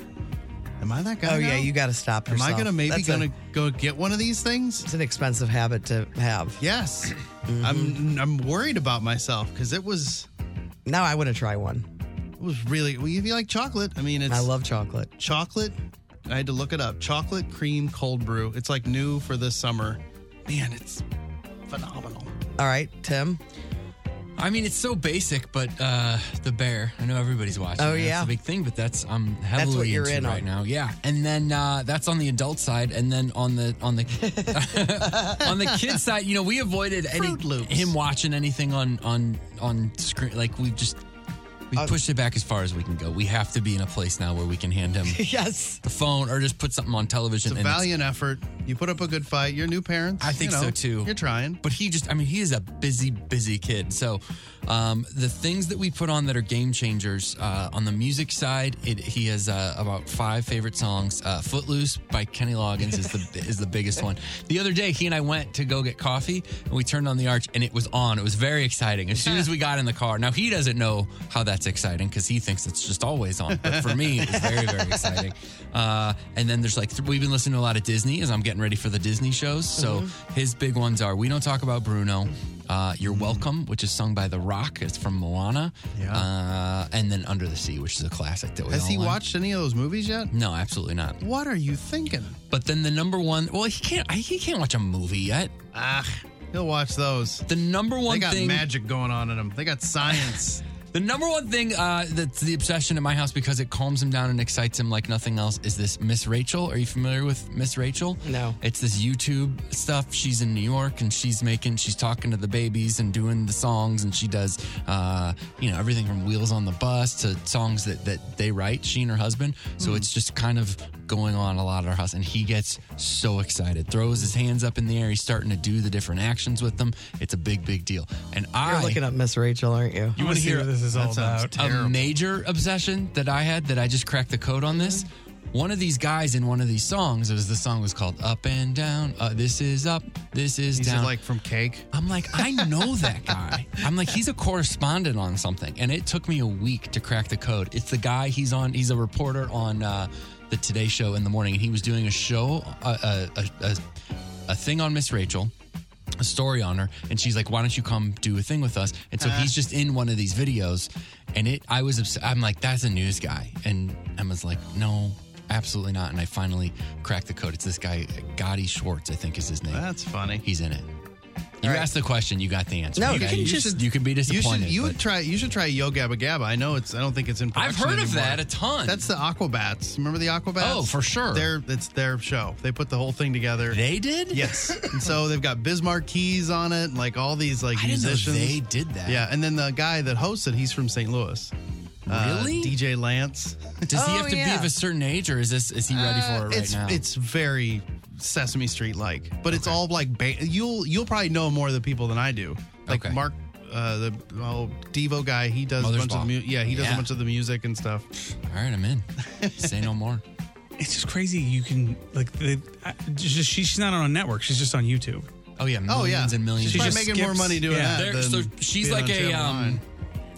"Am I that guy?"
Oh yeah,
now?
you got to stop
Am
yourself.
I gonna maybe
That's a-
gonna go get one of these things?
it's an expensive habit to have.
Yes,
Mm-hmm.
I'm. I'm worried about myself because it was.
Now I want to try one.
It was really. Well, if you like chocolate, I mean, it's
I love chocolate.
chocolate. I had to look it up. Chocolate cream cold brew. It's like new for this summer. Man, it's phenomenal.
All right, Tim.
I mean, it's so basic, but uh, the bear. I know everybody's watching.
Oh,
That's
yeah.
the big thing, but that's I'm heavily
what you're
into
in
right
on.
now. Yeah, and then uh, that's on the adult side, and then on the on the on the kid side, you know, we avoided any
Fruit Loops.
him watching anything on on on screen. Like we just we
Oh.
pushed it back as far as we can go. We have to be in a place now where we can hand him
yes.
the phone or just put something on television.
It's a
and it's-
valiant effort. You put up a good fight. You're new parents.
I think
you know,
so too.
You're trying.
But he just, I mean, he is a busy, busy kid. So um, the things that we put on that are game changers uh, on the music side, it, he has uh, about five favorite songs. Uh, Footloose by Kenny Loggins is the is the biggest one. The other day, he and I went to go get coffee, and we turned on the arch, and it was on. It was very exciting. As soon as we got in the car, now he doesn't know how that's exciting because he thinks it's just always on. But for me, it was very, very exciting. Uh, and then there's like th- we've been listening
Mm-hmm.
to a lot of Disney as I'm getting ready for the Disney shows. So his big ones are We Don't Talk About Bruno, Uh, You're Welcome, which is sung by The Rock. It's from Moana. Yeah. Uh, and then Under the Sea, which is a classic that we
Has
all
he
like.
watched any of those movies yet?
No, absolutely not.
What are you thinking?
But then the number one, well, he can't. He can't watch a movie yet.
Ah, he'll watch those.
The number one
they got
thing-
magic going on in them. They got science.
The number one thing uh, that's the obsession at my house because it calms him down and excites him like nothing else is this Miss Rachel. Are you familiar with Miss Rachel? No. It's this YouTube stuff. She's in New York and she's making, she's talking to the babies and doing the songs, and she does, uh, you know, everything from Wheels on the Bus to songs that that they write. She and her husband. So
Mhm.
Mm.
it's just kind of going on a lot at our house, and he gets so excited, throws his hands up in the air. He's starting to do the different actions with them. It's a big, big deal. And I
You're looking up Miss Rachel, aren't you?
Mm-hmm.
you want to hear
That sounds terrible.
A major obsession that I had that I just cracked the code on this. One of these guys in one of these songs, it was the song was called "Up and Down." Uh, this is up, this is
These are
down.
like from Cake.
I'm like, I know that guy. I'm like, he's a correspondent on something, and it took me a week to crack the code. It's the guy he's on. He's a reporter on uh, the Today Show in the morning, and he was doing a show, a a, a, a thing on Miss Rachel. A story on her, and she's like, "Why don't you come do a thing with us?" And so
Uh.
he's just in one of these videos, and it. I was, obs- I'm like, "That's a news guy," and Emma's like, "No, absolutely not." And I finally cracked the code. It's this guy, Gotti Schwartz, I think is his name. That's funny. He's in it. You asked the question, you got the answer.
No,
okay?
you can just-
should- you can be disappointed.
You should, you
but-
would try. You should try Yo Gabba Gabba. I know it's. I don't think it's in.
I've
production
heard of
anymore.
that a ton.
That's the Aquabats. Remember the Aquabats?
Oh, for sure.
They're it's their show. They put the whole thing together.
They did.
Yes. and so they've got Bismarck Keys on it, and like all these like
I didn't know
musicians.
they did that.
Yeah, and then the guy that hosts it, he's from St. Louis. Uh,
Really? Oh,
DJ Lance.
Does he have to be of a certain age, or is this is he ready for it
Uh,
right
it's,
now?
It's very Sesame Street like, but it's all like ba- you'll you'll probably know more of the people than I do. Like
Okay.
Mark, uh, the oh, Devo guy, he does
Mother's
a bunch
Ball.
of mu- yeah, he does
Yeah.
a bunch of the music and stuff.
All right, I'm in. Say no more.
It's just crazy. You can like the I- just she, she's not on a network. She's just on YouTube.
Oh yeah,
Oh, yeah. millions and millions. She's
She
probably
just
making more money doing that
There-
than
so she's
being
like
on
a
Channel
um,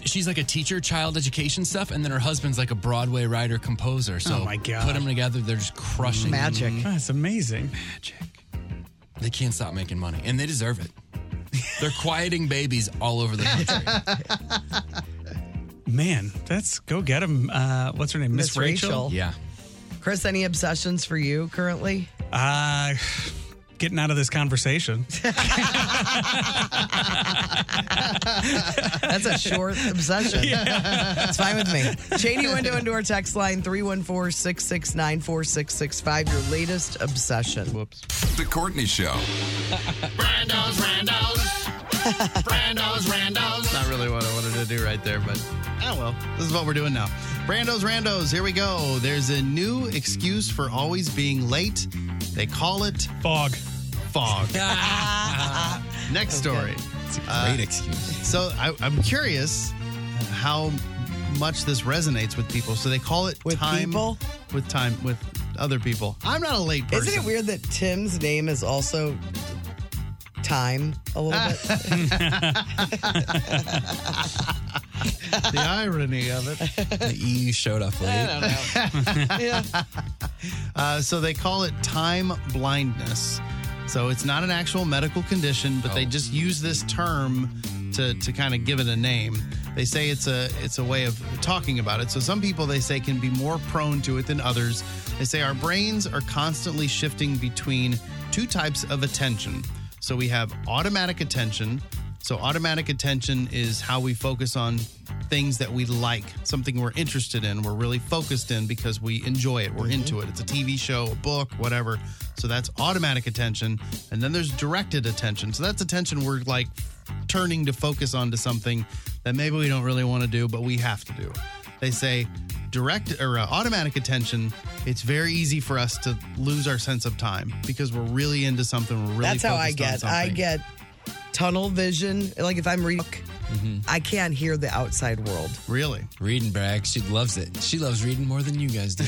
she's like a teacher, child education stuff, and then her husband's like a Broadway writer composer. So
Oh, my God.
put them together, they're just crushing
Magic.
Mm-hmm.
That's amazing. Magic.
They can't stop making money, and they deserve it. They're quieting babies all over the country.
Man, that's go get him. Uh, what's her name? Miss
Miss Rachel.
Rachel.
Yeah.
Chris, any obsessions for you currently?
Uh, getting out of this conversation.
That's a short obsession. It's fine with me. Shady window into our text line 314 669 4665. Your latest obsession. Whoops.
The Courtney Show.
Brando's, Brando's. Brando's, Brando's.
Not really what I wanted to do right there, but oh well. This is what we're doing now. Brandos, Randos, here we go. There's a new excuse for always being late. They call it
fog.
Fog. Next story. It's a
great excuse.
So I, I'm curious how much this resonates with people. So they call it with time
people?
with time with other people. I'm not a late person.
Isn't it weird that Tim's name is also time a
Ah.
little bit?
the irony of it.
The EU showed up late.
Uh, so they call it time blindness. So it's not an actual medical condition, but they just use this term to, to kind of give it a name. They say it's a it's a way of talking about it. So some people they say can be more prone to it than others. They say our brains are constantly shifting between two types of attention. So we have automatic attention. So automatic attention is how we focus on things that we like, something we're interested in, we're really focused in because we enjoy it, we're into it. It's a TV show, a book, whatever. So that's automatic attention. And then there's directed attention. So that's attention we're like turning to focus onto something that maybe we don't really want to do, but we have to do. They say direct or uh, automatic attention, it's very easy for us to lose our sense of time because we're really into something, we're really
That's how I
focused on
get. I
something.
get tunnel vision. Like if I'm reading,
Mm-hmm.
I can't hear the outside world.
Really?
Reading brag. She loves it. She loves reading more than you guys do.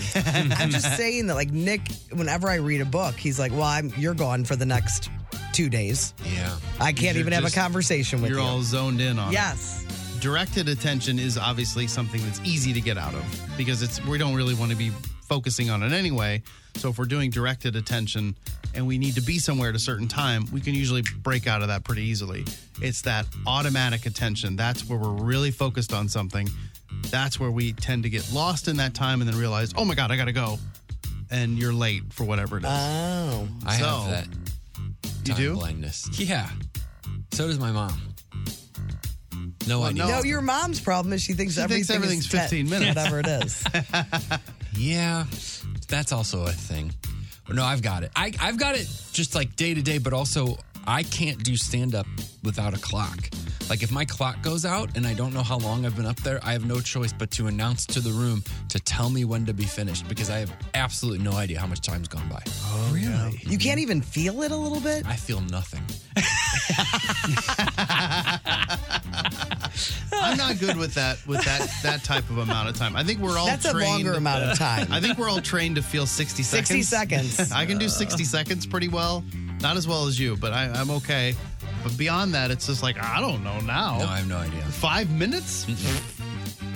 I'm just saying that, like Nick, whenever I read a book, he's like, "Well, I'm you're gone for the next two days.
Yeah.
I can't
You're
even have a
just-
conversation with
you're
you."
all zoned in on it.
Yes.
Directed attention is obviously something that's easy to get out of because it's we don't really want to be focusing on it anyway. So if we're doing directed attention and we need to be somewhere at a certain time, we can usually break out of that pretty easily. It's that automatic attention. That's where we're really focused on something. That's where we tend to get lost in that time and then realize, oh my God, I got to go. And you're late for whatever it is.
Oh.
I have that.
You do?
Blindness. Yeah. So does my mom. No idea.
No, your mom's problem is she thinks,
She thinks
everything
everything's
is ten-
15 minutes.
Whatever it is.
Yeah, that's also a thing. No, I've got it. I, I've got it just like day to day, but also I can't do stand up without a clock. Like if my clock goes out and I don't know how long I've been up there, I have no choice but to announce to the room to tell me when to be finished because I have absolutely no idea how much time's gone by. Oh, really?
You can't even feel it a little bit?
I feel nothing.
I'm not good with that with that that type of amount of time. I think we're all
That's a
trained,
longer amount of time.
I think we're all trained to feel 60 seconds.
60 seconds.
I can do
Uh.
60 seconds pretty well, not as well as you, but I, I'm okay. But beyond that, it's just like I don't know now.
No, I have no idea.
Five minutes?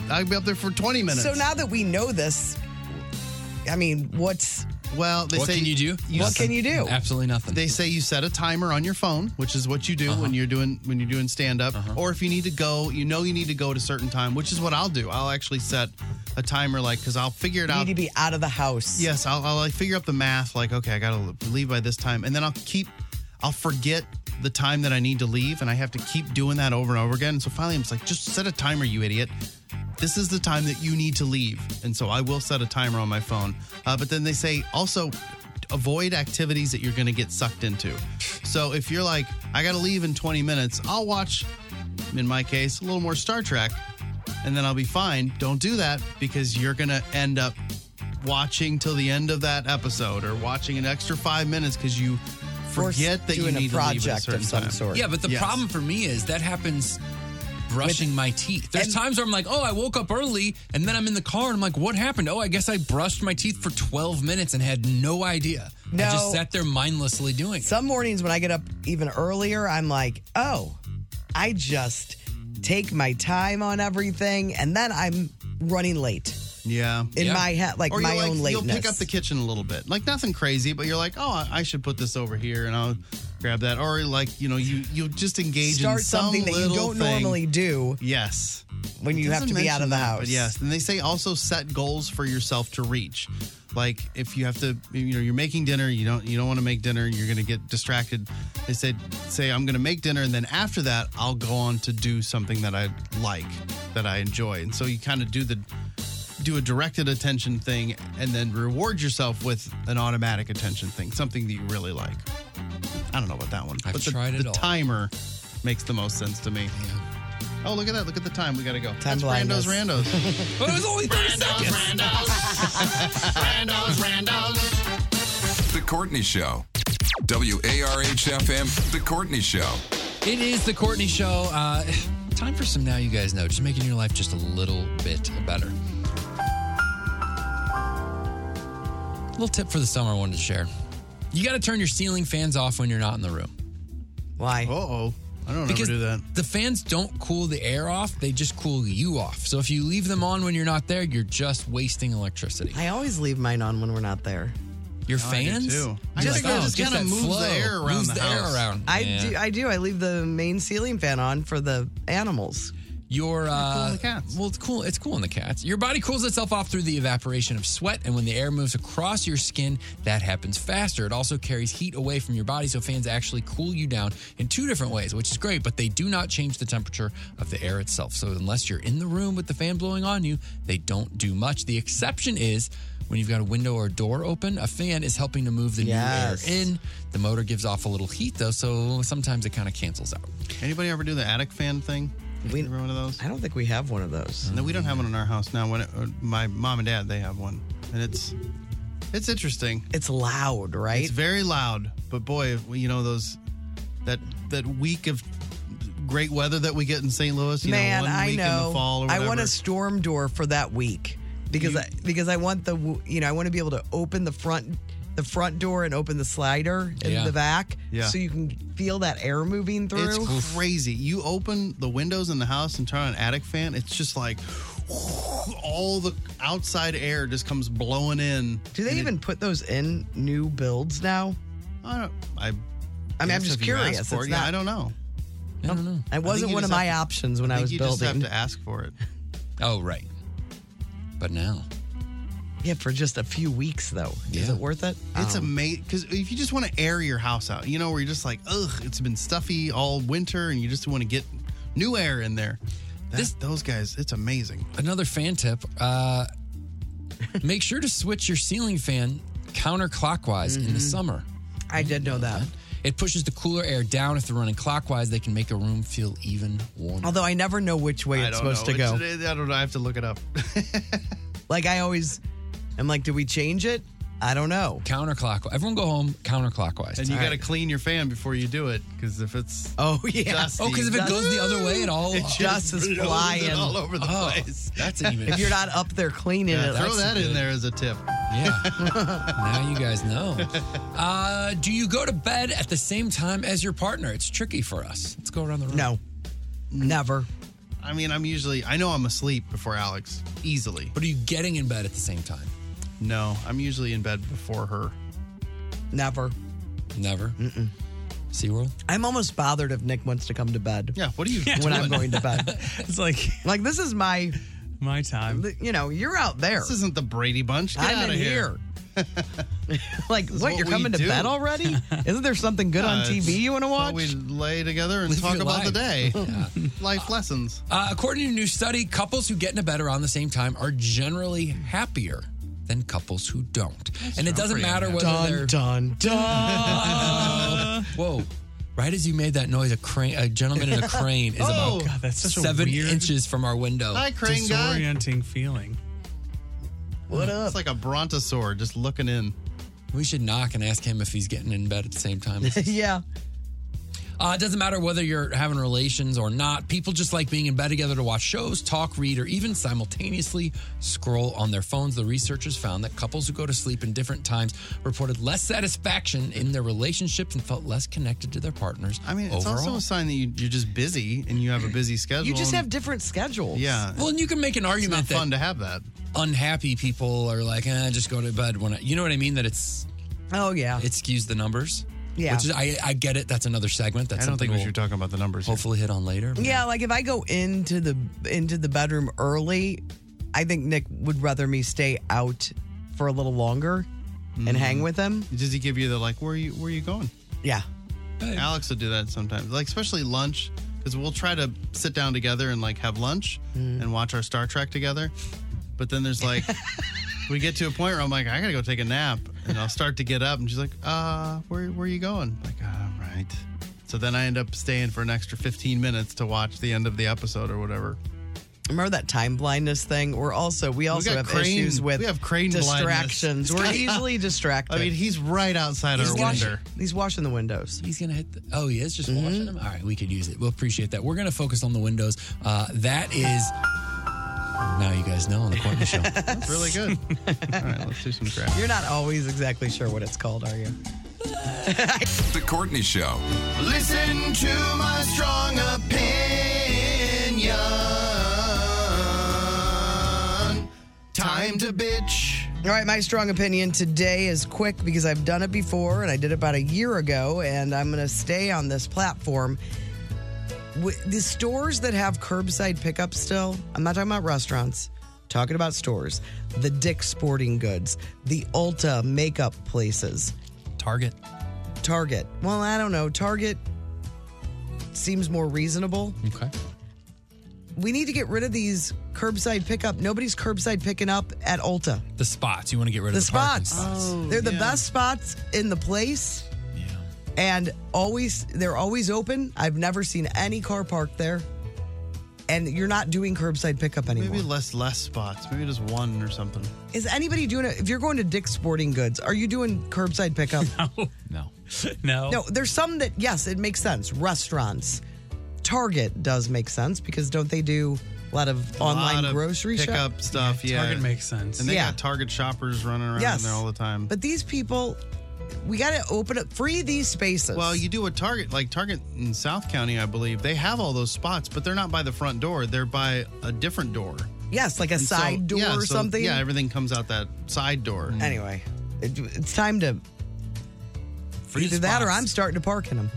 I could be up there for 20 minutes.
So now that we know this, I mean, what's.
Well, they say
what can you do?
Absolutely nothing.
They say you set a timer on your phone, which is what you do
Uh-huh.
when you're doing when you're doing stand up, or if you need to go, you know you need to go at a certain time, which is what I'll do. I'll actually set a timer like because I'll figure it
You
out.
need to be out of the house.
Yes, I'll, I'll like figure up the math. Like, okay, I gotta leave by this time, and then I'll keep. I'll forget the time that I need to leave, and I have to keep doing that over and over again. So finally, I'm just like, just set a timer, you idiot. This is the time that you need to leave, and so I will set a timer on my phone. Uh, but then they say also avoid activities that you're going to get sucked into. So if you're like, I gotta leave in 20 minutes, I'll watch. In my case, a little more Star Trek, and then I'll be fine. Don't do that because you're gonna end up watching till the end of that episode or watching an extra five minutes because you forget that you need to leave at a certain time.
Yeah, but the
Yes.
problem for me is that happens brushing my teeth. There's times where I'm like, oh, I woke up early and then I'm in the car and I'm like, what happened? Oh, I guess I brushed my teeth for 12 minutes and had no idea. I
No.
just sat there mindlessly doing it.
Some mornings when I get up even earlier, I'm like, oh, I just take my time on everything, and then I'm running late.
Yeah,
In my head, like
Or
my
you'll,
own
You'll pick
lateness.
up the kitchen a little bit, like nothing crazy, but you're like, oh, I- I should put this over here, and I'll grab that, or like you know, you you just engage
Start
in some
something that you
little
don't
thing.
normally do.
Yes.
When
It
you have
doesn't
to be out of the
mention that,
house.
But yes, and they say also set goals for yourself to reach. Like if you have to, you know, you're making dinner, you don't you don't want to make dinner, you're going to get distracted. They said, say I'm going to make dinner, and then after that, I'll go on to do something that I like, that I enjoy, and so you kind of do the do a directed attention thing, and then reward yourself with an automatic attention thing, something that you really like. I don't know about that one,
I've
but the,
tried it
the
all.
timer makes the most sense to me. Oh, look at that. Look at the time. We got to go. That's
blindness.
Randos, Randos.
but it was only 30
seconds. Randos, Randos.
The Courtney Show. WARHFM, The Courtney Show.
It is the Courtney Show. Uh, time for some Now You Guys Know, just making your life just a little bit better. Little tip for the summer I wanted to share. You got to turn your ceiling fans off when you're not in the room.
Why?
Uh oh. I don't ever do that.
The fans don't cool the air off, they just cool you off. So if you leave them on when you're not there, you're just wasting electricity.
I always leave mine on when we're not there.
Your No, I do fans? too. I
Just
think that
oh,
just
get
kinda
that
moves the
flow.
air around Moves the the house. air around.
I
Yeah.
do. I do. I leave the main ceiling fan on for the animals.
Your uh,
the
well, it's cool. It's cool in the cats. Your body cools itself off through the evaporation of sweat, and when the air moves across your skin, that happens faster. It also carries heat away from your body, so fans actually cool you down in two different ways, which is great. But they do not change the temperature of the air itself. So unless you're in the room with the fan blowing on you, they don't do much. The exception is. When you've got a window or door open, a fan is helping to move the
Yes.
new air in. The motor gives off a little heat though, so sometimes it kind of cancels out.
Anybody ever do the attic fan thing?
We,
ever one of those?
I don't think we have one of those.
No, we don't have one in our house now. When it, uh, my mom and dad, they have one, and it's it's interesting.
It's loud, right?
It's very loud. But boy, if we- you know those that that week of great weather that we get in St. Louis. You
Man,
know, one
I
week
know.
In the fall or
I want
whatever.
a storm door for that week because I because I want the w- you know I want to be able to open the front the front door and open the slider in
Yeah.
the back
Yeah.
so you can feel that air moving through.
It's crazy. You open the windows in the house and turn on an attic fan, it's just like all the outside air just comes blowing in.
Do they even put those in new builds now?
I don't. I.
I mean, I'm
guess
just
if you ask
curious. It's
for it, yeah,
not-
I don't know.
I don't know.
It wasn't one of my options when I, was
you
building.
Just have to ask for it.
Oh, right. But now.
Yeah, for just a few weeks though. Is it worth it?
It's
Um,
amazing because if you just want to air your house out, you know, where you're just like, ugh, it's been stuffy all winter, and you just want to get new air in there. That- those guys, it's amazing.
Another fan tip uh, make sure to switch your ceiling fan counterclockwise
Mm-hmm.
in the summer.
I did know that.
It pushes the cooler air down. If they're running clockwise, they can make a room feel even warmer.
Although I never know which way
I
it's
don't
supposed to
know.
go.
It's-
I don't know. I have to look it up.
like I always, I'm like, do we change it? I don't know.
Counterclockwise. Everyone go home counterclockwise.
And you got to clean your fan before you do it because if it's
Oh yeah.
dusty,
Oh, because if it goes the other way, it all
It
just is
blows it
flying
all over the
Oh,
place.
That's an even.
If you're not up there cleaning
Yeah,
it,
throw
that's
that in
good.
there as a tip.
Yeah. now you guys know. Uh, do you go to bed at the same time as your partner? It's tricky for us. Let's go around the room.
No, never.
I mean, I'm usually I know I'm asleep before Alex easily.
But are you getting in bed at the same time?
No, I'm usually in bed before her.
Never.
Never.
Mm-mm.
SeaWorld?
I'm almost bothered if Nick wants to come to bed.
Yeah, what are you
when I'm going to bed?
it's like
like this is my
my time.
You know, you're out there.
This isn't the Brady Bunch. Get
I'm
out of
in
here.
like
is
what,
what
You're
we
coming to
do.
bed already? Isn't there something good on
Uh, it's
TV you want to watch?
what We lay together and
Live
talk
your
about the day.
life. Yeah.
Life lessons.
Uh, according to a new study, couples who get into bed around the same time are generally happier than couples who don't. and it doesn't matter whether they're.
dun
dun. Whoa. Right as you made that noise, a crane, a gentleman in a crane is
Oh.
about
God,
Ah, that's such a
seven
weird-
inches from our window.
Hi, crane guy.
Disorienting feeling.
What up?
It's like a brontosaur just looking in.
We should knock and ask him if he's getting in bed at the same time.
yeah.
Uh, it doesn't matter whether you're having relations or not. People just like being in bed together to watch shows, talk, read, or even simultaneously scroll on their phones. The researchers found that couples who go to sleep in different times reported less satisfaction in their relationships and felt less connected to their partners.
I mean, it's
overall.
also a sign that you, you're just busy and you have a busy schedule.
You just
and-
have different schedules.
Yeah.
Well, and you can make an
It's
argument
not fun
that
to have that.
unhappy people are like, eh, just go to bed when I, you know what I mean. That it's
Oh yeah.
it skews the numbers.
Yeah.
which is I, I get it. That's another segment. That's
I don't
something
think we
we'll
should talk about the numbers. here.
hopefully hit on later.
Yeah, like if I go into the into the bedroom early, I think Nick would rather me stay out for a little longer
Mm-hmm.
and hang with him.
Does he give you the like, where are you where are you going?
Yeah.
Alex will do that sometimes, like especially lunch, because we'll try to sit down together and like have lunch and watch our Star Trek together. But then there's like, we get to a point where I'm like, I gotta go take a nap, and I'll start to get up, and she's like, uh, where where are you going? like, all right. So then I end up staying for an extra 15 minutes to watch the end of the episode or whatever.
Remember that time blindness thing? We're also we also
got
have
crane-
issues with
we have crane
distractions.
blindness.
We're easily distracted.
I mean, he's right outside
He's
our
watching-
window.
He's washing the windows.
He's gonna hit. The, oh, he is just
Mm-hmm.
watching them. All right, we could use it. We'll appreciate that. We're gonna focus on the windows. Uh, that is. Now you guys know on the Courtney Show.
That's really good. all right, let's do some crap.
You're not always exactly sure what it's called, are you?
The Courtney Show.
Listen to my strong opinion.
Time to bitch.
All right, my strong opinion today is quick because I've done it before and I did it about a year ago, and I'm going to stay on this platform. Wi- The stores that have curbside pickup still, I'm not talking about restaurants, talking about stores, the Dick's Sporting Goods, the Ulta makeup places,
Target.
Target. Well, I don't know. Target seems more reasonable.
Okay.
We need to get rid of these curbside pickup. Nobody's curbside picking up at Ulta.
The spots. You want to get rid of
the
the, parking
spots. they're the best spots in the place. And always they're always open. I've never seen any car parked there. And you're not doing curbside pickup anymore.
Maybe less less spots. Maybe just one or something.
Is anybody doing it? If you're going to Dick's Sporting Goods, are you doing curbside pickup?
No.
No.
No, there's some that yes, it makes sense. Restaurants, Target does make sense because don't they do a lot of online
lot of
grocery shop?
pickup stuff. Yeah,
Target makes sense.
And they
Yeah.
got Target shoppers running around
Yes.
in there all the time.
But these people, we got to open up, free these spaces.
well, you do a Target like Target in South County, I believe. They have all those spots, but they're not by the front door. They're by a different door.
Yes, like a
And so-
side door
yeah,
or
so-
something.
Yeah, everything comes out that side door.
Anyway, it- it's time to either that or I'm starting to park in them.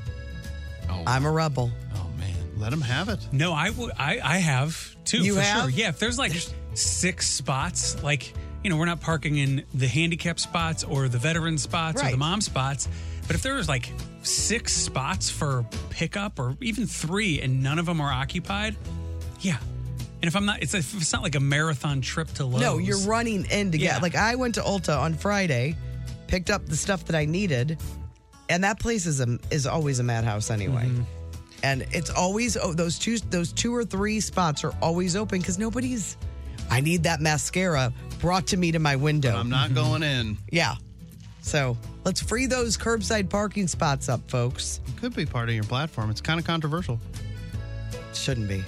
I'm a rebel.
Oh man,
let them have it.
No, I would. I I have too.
You
for Sure.
have?
Yeah. If there's like six spots, like you know, we're not parking in the handicap spots or the veteran spots or the
Right.
mom spots, but if there's like six spots for pickup or even three and none of them are occupied, yeah. And if I'm not, it's a, it's not like a marathon trip to Lowe's.
No, you're running in to get.
Yeah.
Like I went to Ulta on Friday, picked up the stuff that I needed, and that place is a, is always a madhouse anyway.
Mm-hmm.
And it's always oh, those two those two or three spots are always open because nobody's. I need that mascara brought to me to my window.
I'm not going in.
Yeah. So let's free those curbside parking spots up, folks.
Could be part of your platform. It's kind of controversial.
Shouldn't be.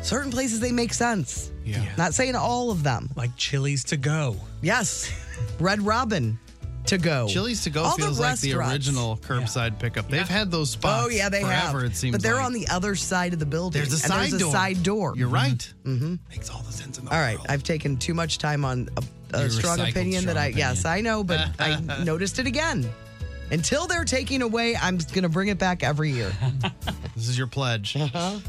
Certain places they make sense.
Yeah.
Not saying all of them.
Like Chili's to go.
Yes. Red Robin to go.
Chili's to go
All the
feels like the
restaurants.
original curbside pickup. They've had those spots.
Oh yeah, they
forever,
have.
It seems,
but they're
like.
on the other side of the building.
There's a
and
side door.
side door.
You're right.
Mm-hmm.
Makes all the sense in the
All right, I've taken too much time on a,
Your
a strong
recycled
opinion that
strong
I yes I know, but I noticed it again. Until they're taking away, I'm going to bring it back every year.
This is your pledge. All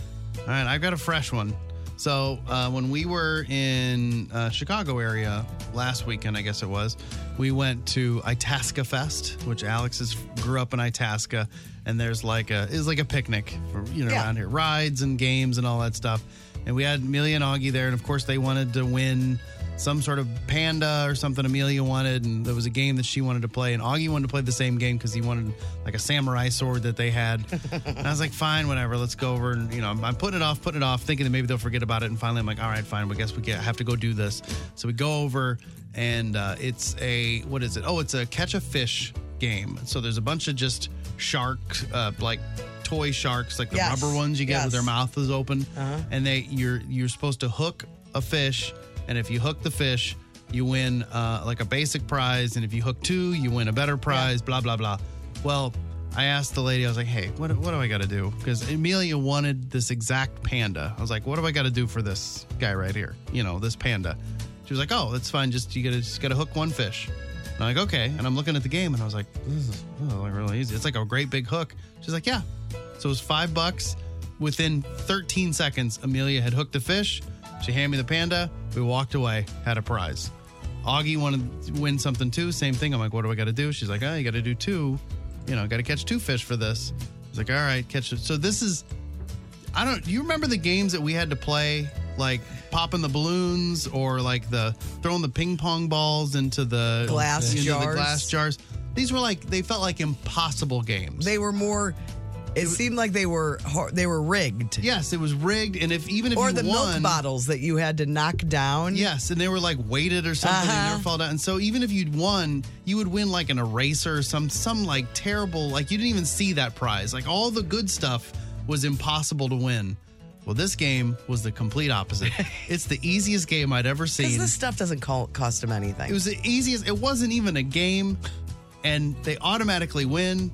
right, I've got a fresh one. So uh, when we were in uh, Chicago area last weekend, I guess it was, we went to Itasca Fest, which Alex is grew up in Itasca, and there's like a it's like a picnic, for, you know,
Yeah.
around here, rides and games and all that stuff. And we had Amelia and Augie there, and of course they wanted to win some sort of panda or something. Amelia wanted, and there was a game that she wanted to play, and Augie wanted to play the same game because he wanted like a samurai sword that they had. And I was like, fine, whatever, let's go over. And, you know, I'm, I'm putting it off, putting it off, thinking that maybe they'll forget about it. And finally, I'm like, all right, fine, we guess we get, have to go do this. So we go over, and uh, it's a, what is it? Oh, it's a catch a fish game. So there's a bunch of just shark, uh, like toy sharks, like the
Yes.
rubber ones you get with their
Yes.
mouth is open. And they, you're, you're supposed to hook a fish. And if you hook the fish, you win uh, like a basic prize. And if you hook two, you win a better prize, blah, blah, blah. Well, I asked the lady, I was like, hey, what, what do I got to do? Because Amelia wanted this exact panda. I was like, what do I got to do for this guy right here? You know, this panda. She was like, oh, that's fine. Just, you got to just got to hook one fish. And I'm like, okay. And I'm looking at the game and I was like, this is oh, like really easy. It's like a great big hook. She's like, yeah. So it was five bucks. Within 13 seconds, Amelia had hooked the fish. She handed me the panda. We walked away, had a prize. Augie wanted to win something too. Same thing. I'm like, what do I got to do? She's like, oh, you got to do two. You know, got to catch two fish for this. I was like, all right, catch it. So this is, I don't, you remember the games that we had to play? Like popping the balloons or like the throwing the ping pong balls into the
Glass
into The
jars.
glass jars. These were like, they felt like impossible games.
They were more. It, seemed like they were har- they were rigged.
Yes, it was rigged, and if even if
or
you
the
won-
milk bottles that you had to knock down.
Yes, and they were like weighted or something. They
Uh-huh.
never fall down. And so even if you'd won, you would win like an eraser or some some like terrible like you didn't even see that prize. Like all the good stuff was impossible to win. Well, this game was the complete opposite. it's the easiest game I'd ever seen.
because this stuff doesn't call, cost them anything.
It was the easiest. It wasn't even a game, and they automatically win.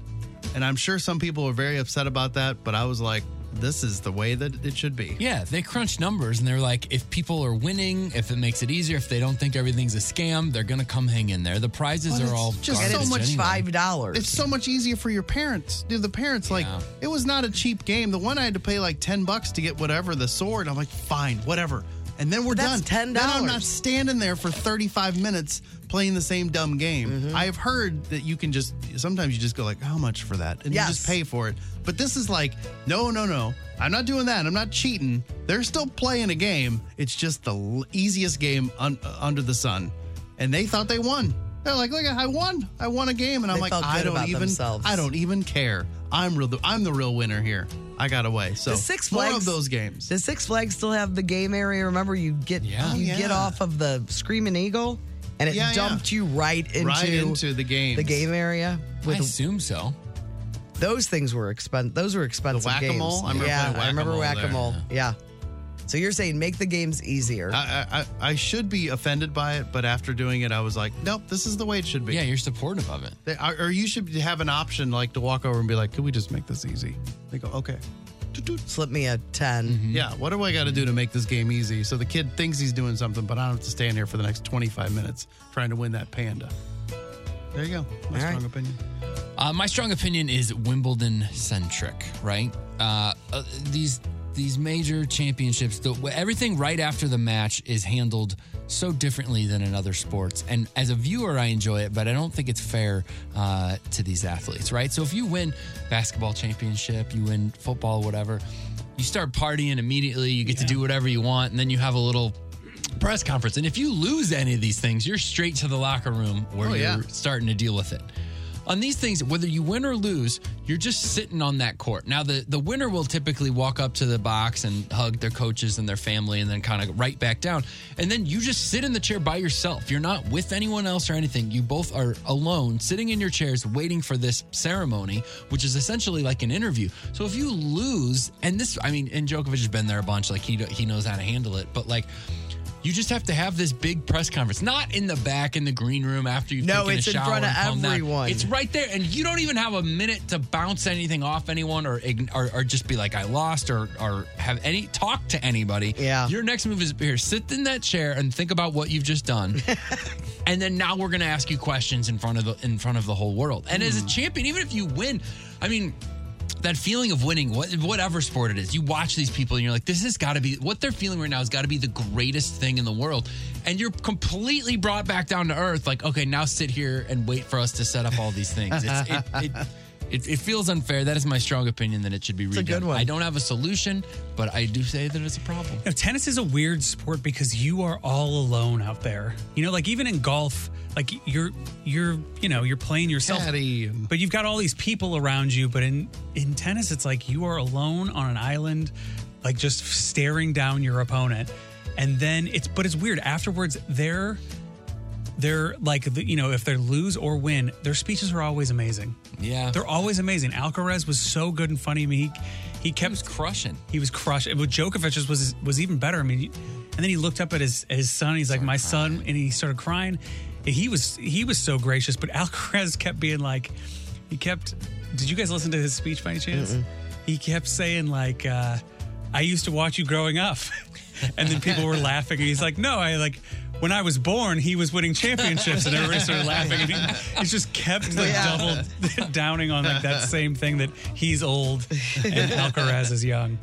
And I'm sure some people were very upset about that, but I was like, this is the way that it should be.
Yeah, they crunch numbers and they're like, if people are winning, if it makes it easier, if they don't think everything's a scam, they're gonna come hang in there. The prizes
But
are
it's
all
just
garbage
so much
anyway.
five dollars.
It's so much easier for your parents. Dude, the parents, like, it was not a cheap game. The one I had to pay like 10 bucks to get whatever, the sword. I'm like, fine, whatever. And then we're
that's
done. Then I'm not standing there for 35 minutes playing the same dumb game. I've heard that you can just, sometimes you just go like, how much for that? And you just pay for it. But this is like, no, no, no. I'm not doing that. I'm not cheating. They're still playing a game. It's just the l- easiest game un- uh, under the sun. And they thought they won. They're like, look, I won. I won a game. And I'm
They
like,
felt
I
good
don't
about
even,
themselves.
I don't even care. I'm real. I'm the real winner here. I got away. So
the Six
more
Flags
of those games.
Does Six Flags still have the game area? Remember, you get
Yeah.
you
Oh,
get
yeah.
off of the Screaming Eagle, and it
Yeah, yeah.
dumped you right into
Right into the games.
the game area.
I assume so.
Those things were expensive. Those were expensive.
whack-a-mole?
games.
I remember
yeah,
playing
I remember
whack-a-mole there. Uh,
whack-a-mole. Yeah. So you're saying make the games easier?
I, I, I should be offended by it, but after doing it, I was like, nope, this is the way it should be.
Yeah, you're supportive of it.
They, or or you should have an option like to walk over and be like, could we just make this easy? They go, okay.
Slip me a 10.
Mm-hmm.
Yeah, what do I got to do to make this game easy? So the kid thinks he's doing something, but I don't have to stand here for the next 25 minutes trying to win that panda. There you go. My strong opinion.
Uh, my strong opinion is Wimbledon centric, right? Uh, uh, these these major championships, the, everything right after the match is handled so differently than in other sports. And as a viewer, I enjoy it, but I don't think it's fair uh, to these athletes, right? So if you win basketball championship, you win football, whatever, you start partying immediately. You get to do whatever you want, and then you have a little press conference. And if you lose any of these things, you're straight to the locker room where
Oh,
you're
yeah.
starting to deal with it. On these things, whether you win or lose, you're just sitting on that court. Now, the, the winner will typically walk up to the box and hug their coaches and their family and then kind of right back down. And then you just sit in the chair by yourself. You're not with anyone else or anything. You both are alone, sitting in your chairs, waiting for this ceremony, which is essentially like an interview. So if you lose, and this, I mean, and Djokovic has been there a bunch, like he, he knows how to handle it, but like, you just have to have this big press conference, not in the back in the green room after you've
No,
taken
it's
a
in
shower
front of
and calmed down.
everyone.
It's right there, and you don't even have a minute to bounce anything off anyone or ign- or, or just be like, "I lost," or or have any talk to anybody. Yeah, your next move is here. Sit in that chair and think about what you've just done. And then now we're going to ask you questions in front of the in front of the whole world. And
Mm.
as a champion, even if you win, I mean, that feeling of winning, what, whatever sport it is, you watch these people and you're like, this has got to be what they're feeling right now has got to be the greatest thing in the world. And you're completely brought back down to earth. Like, okay, now sit here and wait for us to set up all these things. It's, it, it, it, it feels unfair. That is my strong opinion that it should be redone.
a good one.
I don't have a solution, but I do say that it's a problem.
You know, tennis is a weird sport because you are all alone out there. You know, like even in golf, like you're you're you know you're playing yourself, but you've got all these people around you. But in in tennis, it's like you are alone on an island, like just staring down your opponent. And then it's but it's weird afterwards. They're they're like the- you know if they lose or win, their speeches are always amazing.
Yeah,
they're always amazing. Alcaraz was so good and funny. I mean, he he kept
crushing.
He was crushing. But Djokovic's was was even better. I mean, and then he looked up at his at his son. He's like, my son, and he started crying. And He was he was so gracious, but Alcaraz kept being like, he kept. Did you guys listen to his speech by any chance? He kept saying like, uh, I used to watch you growing up, and then people were laughing. And he's like, no, I like. When I was born, he was winning championships, and everybody started laughing. And he, he just kept like
Yeah.
double downing on like that same thing that he's old and Alcaraz is young.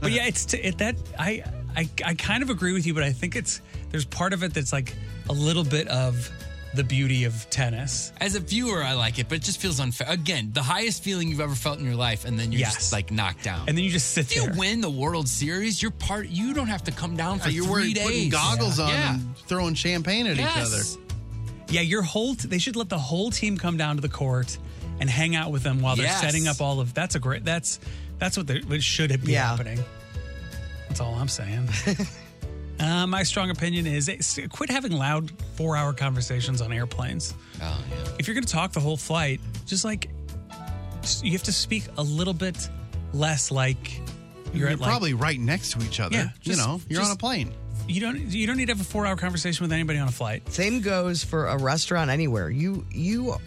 But yeah, it's t- it, that I, I I kind of agree with you, but I think it's there's part of it that's like a little bit of the beauty of tennis.
As a viewer, I like it, but it just feels unfair. Again, the highest feeling you've ever felt in your life, and then you're
Yes.
just like knocked down.
And then you just sit
if you win the World Series, you're part. You don't have to come down for
you're
three
wearing
days.
putting goggles on
Yeah.
and throwing champagne at
Yes.
each
Yeah, your whole t- they should let the whole team come down to the court and hang out with them while they're
Yes.
setting up all of that's a great that's that's what they- what should be
Yeah.
happening. That's all I'm saying. uh, my strong opinion is it's- quit having loud four hour conversations on airplanes.
Oh yeah.
If you're gonna talk the whole flight, just like s- you have to speak a little bit less like
other. You're,
at, like-
probably right next to each other.
Yeah, just-
you know, you're on
just-
a plane.
you don't you don't need to have a four hour conversation with anybody on a flight.
Same goes for a restaurant anywhere. You you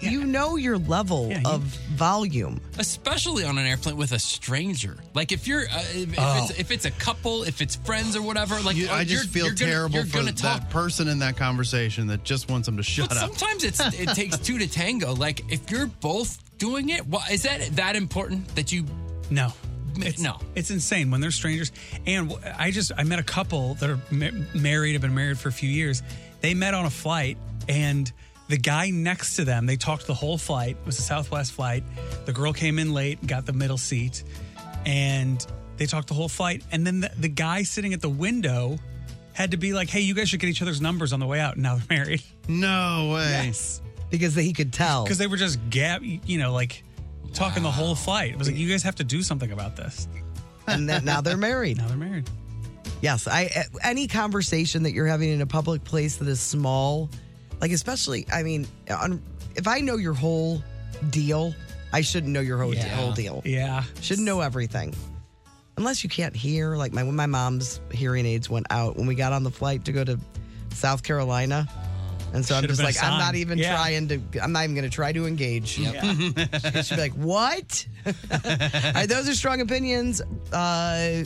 you know your level of volume.
especially on an airplane with a stranger. Like if you're, uh, if,
Oh.
if, it's, if it's a couple, if it's friends or whatever. Like
Like,
uh,
I just
you're-
feel
you're gonna-
terrible
you're
for
gonna talk.
that person in that conversation that just wants them to shut
But
up.
sometimes it's it takes two to tango. Like if you're both doing it, why, is that that important that you?
No.
It's, no.
It's insane when they're strangers. And wh- I just I met a couple that are ma- married, have been married for a few years. They met on a flight, and the guy next to them, they talked the whole flight. It was a Southwest flight. The girl came in late, got the middle seat, and they talked the whole flight. And then the, the guy sitting at the window had to be like, "Hey, you guys should get each other's numbers on the way out." And now they're married.
No way.
Yes.
Because he could tell.
Because they were just gap, you know, like talking the whole flight. It was like, "You guys have to do something about this."
and then, now they're married. Now
they're married.
Yes, I any conversation that you're having in a public place that is small, like especially, I mean, on, if I know your whole deal, I shouldn't know your whole,
Yeah.
whole deal.
Yeah,
shouldn't know everything, unless you can't hear. Like my when my mom's hearing aids went out when we got on the flight to go to South Carolina, And so I'm
Should've
just
been a
like, I'm
sign.
not even
Yeah.
trying to, I'm not even going to try to engage.
Yep.
Yeah. She'd be like, what? All right, those are strong opinions. Uh,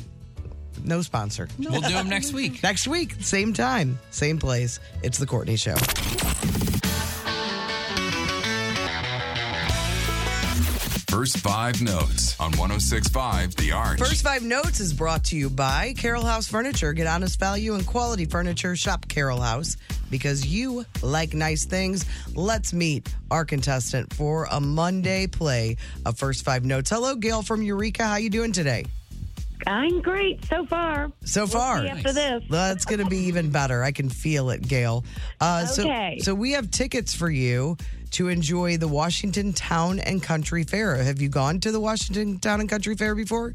no sponsor.
We'll do 'em next week.
Next week, same time, same place. It's The Courtney Show.
First five notes on 1065 The Arch.
First Five Notes is brought to you by Carroll House Furniture. Get honest value and quality furniture. Shop Carroll House because you like nice things. Let's meet our contestant for a Monday play of First Five Notes. Hello, Gail from Eureka. How you doing today?
I'm great so far.
So
We'll
far,
see after this.
that's going to be even better. I can feel it, Gail. Uh,
Okay.
So, so we have tickets for you to enjoy the Washington Town and Country Fair. Have you gone to the Washington Town and Country Fair before?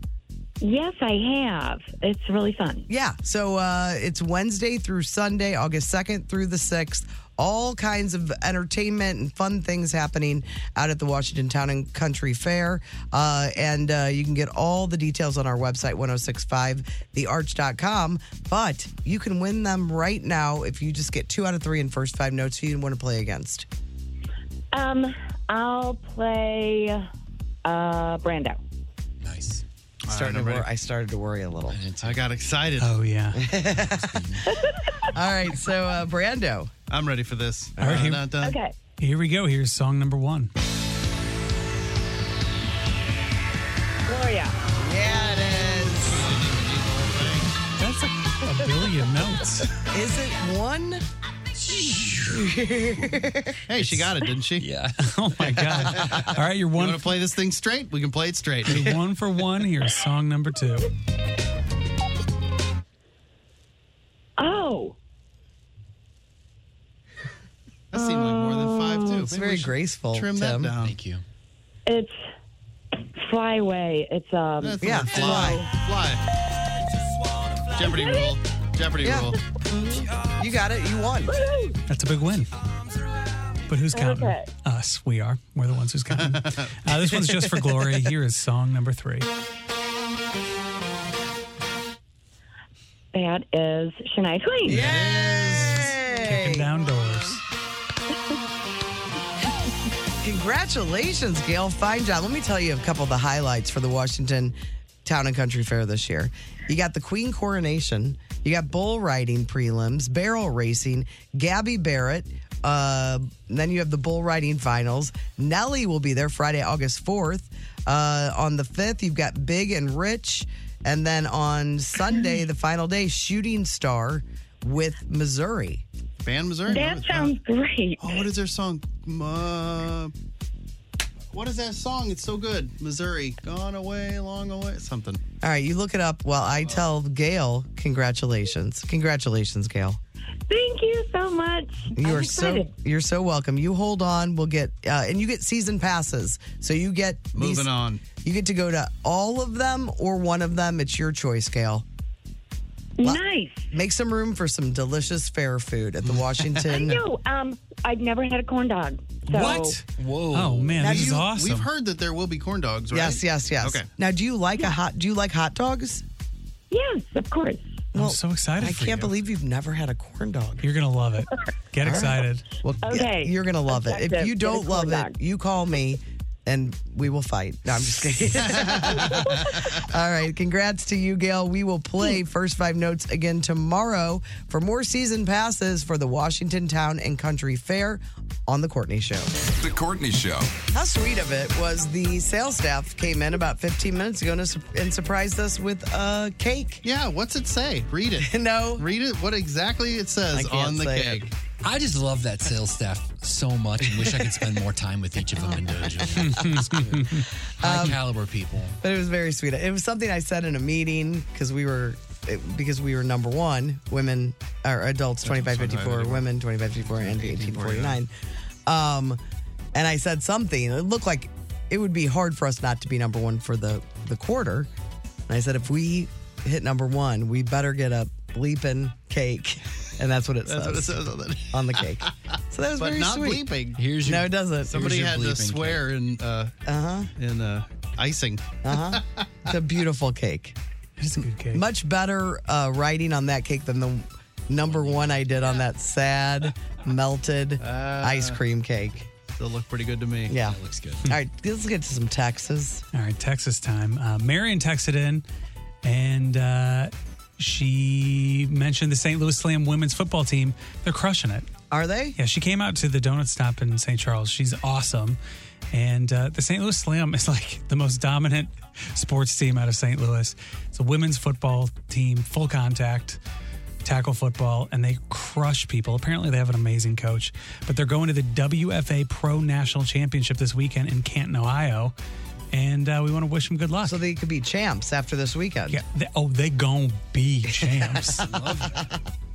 Yes, I have. It's really fun.
Yeah. So uh, it's Wednesday through Sunday, August 2nd through the 6th. All kinds of entertainment and fun things happening out at the Washington Town and Country Fair. Uh, and uh, you can get all the details on our website, 1065thearch.com. But you can win them right now if you just get two out of three and first five notes you want to play against.
Um, I'll play uh, Brando.
Starting to wor- I started to worry a little.
I got excited.
Uh,
Oh, yeah.
All right. So, uh, Brando.
I'm ready for this.
All right, here,
Okay.
here we go. Here's song number one.
Gloria.
Yeah, it
That's like a billion notes.
is. Is it one?
Hey, she got it, didn't she?
Yeah.
Oh my god! All right, you're one.
want to play this thing straight? We can play it straight.
You're one for one. Here's song number two.
Oh.
That seemed like more than five,
Oh,
too.
It's
Maybe we
very
should
graceful.
Trim
Tim.
that down.
Thank you.
It's Fly Away. It's um.
That's
Yeah,
yeah, fly. Fly. Jeopardy rule. Jeopardy
Yeah.
rule.
You got it. You won.
That's a big win. But who's counting?
Okay.
Us. We are. We're the ones who's counting. uh, this one's just for glory. Here is song number three.
That is Shania Twain.
Yay!
Kicking down doors.
Congratulations, Gail. Fine job. Let me tell you a couple of the highlights for the Washington Town and Country Fair this year. You got the Queen Coronation, you got bull riding prelims, barrel racing, Gabby Barrett. Uh, then you have the bull riding finals. Nellie will be there Friday, August 4th. Uh, on the 5th, you've got Big and Rich. And then on Sunday, the final day, Shooting Star with Missouri.
Band Missouri. No,
That
it's not.
sounds great.
Oh, what is their song? M- Uh, what is that song? It's so good. Missouri. Gone away, long away. Something.
All right, you look it up while I tell Gail congratulations. Congratulations, Gail.
Thank you so much.
You
I'm
are
excited.
so you're so welcome. You hold on. We'll get uh, and you get season passes, so you get
Moving
these-
on.
You get to go to all of them or one of them. It's your choice, Gail.
nice.
Make some room for some delicious fair food at the
I
Washington.
know. Um, I've never had a corn dog. So
What?
Whoa.
Oh man,
Now
this is
you-
awesome.
We've heard that there will be corn dogs, right?
Yes, yes, yes.
Okay.
Now, do you like a hot? Do you like hot dogs?
Yes, of course.
I'm
well,
so excited.
I
for
can't
you.
believe you've never had a corn dog.
you're gonna love it. Get excited.
Well, yeah,
Okay.
you're gonna love it. If
Objective.
you
Get a
don't love
corn
it,
dog.
you call me, and we will fight. No, I'm just kidding. All right, congrats to you, Gail. We will play first five notes again tomorrow for more season passes for the Washington Town and Country Fair on the Courtney Show.
The Courtney Show.
How sweet of it was the sales staff came in about 15 minutes ago and su- and surprised us with a cake.
Yeah, what's it say? Read it.
No,
Read it. What exactly it
I
says
can't
on the
say
cake.
it.
I just love that sales staff so much and wish I could spend more time with each of them and dojo. It's good. High caliber people.
But it was very sweet. It was something I said in a meeting because we were it- because we were number one women or adults 2554 women 2554 and 1849 um and i said something it looked like it would be hard for us not to be number one for the the quarter and i said if we hit number one we better get a bleeping cake and that's what it
That's
says
what it says on it.
on the cake so that was
But
very
not
sweet
bleeping.
Here's your
no it doesn't
Somebody
your
had to
bleeping
swear in uh
uh-huh
in uh icing.
uh-huh it's a beautiful cake
It's a good cake.
much better uh, writing on that cake than the number one I did on that sad melted ice cream cake.
They'll look pretty good to me.
Yeah.
That looks good.
All right, let's get to some Texas.
All right, Texas time. Uh, Marion texted in and uh, she mentioned the St. Louis Slam women's football team. They're crushing it.
Are they?
Yeah, she came out to the donut stop in St. Charles. She's awesome. And uh, the St. Louis Slam is like the most dominant sports team out of St. Louis. It's a women's football team, full contact, tackle football, and they crush people. Apparently, they have an amazing coach, but they're going to the WFA Pro National Championship this weekend in Canton, Ohio. And uh, we want to wish them good luck. So
they could be champs after this weekend.
Yeah. They, oh, they gon' be champs.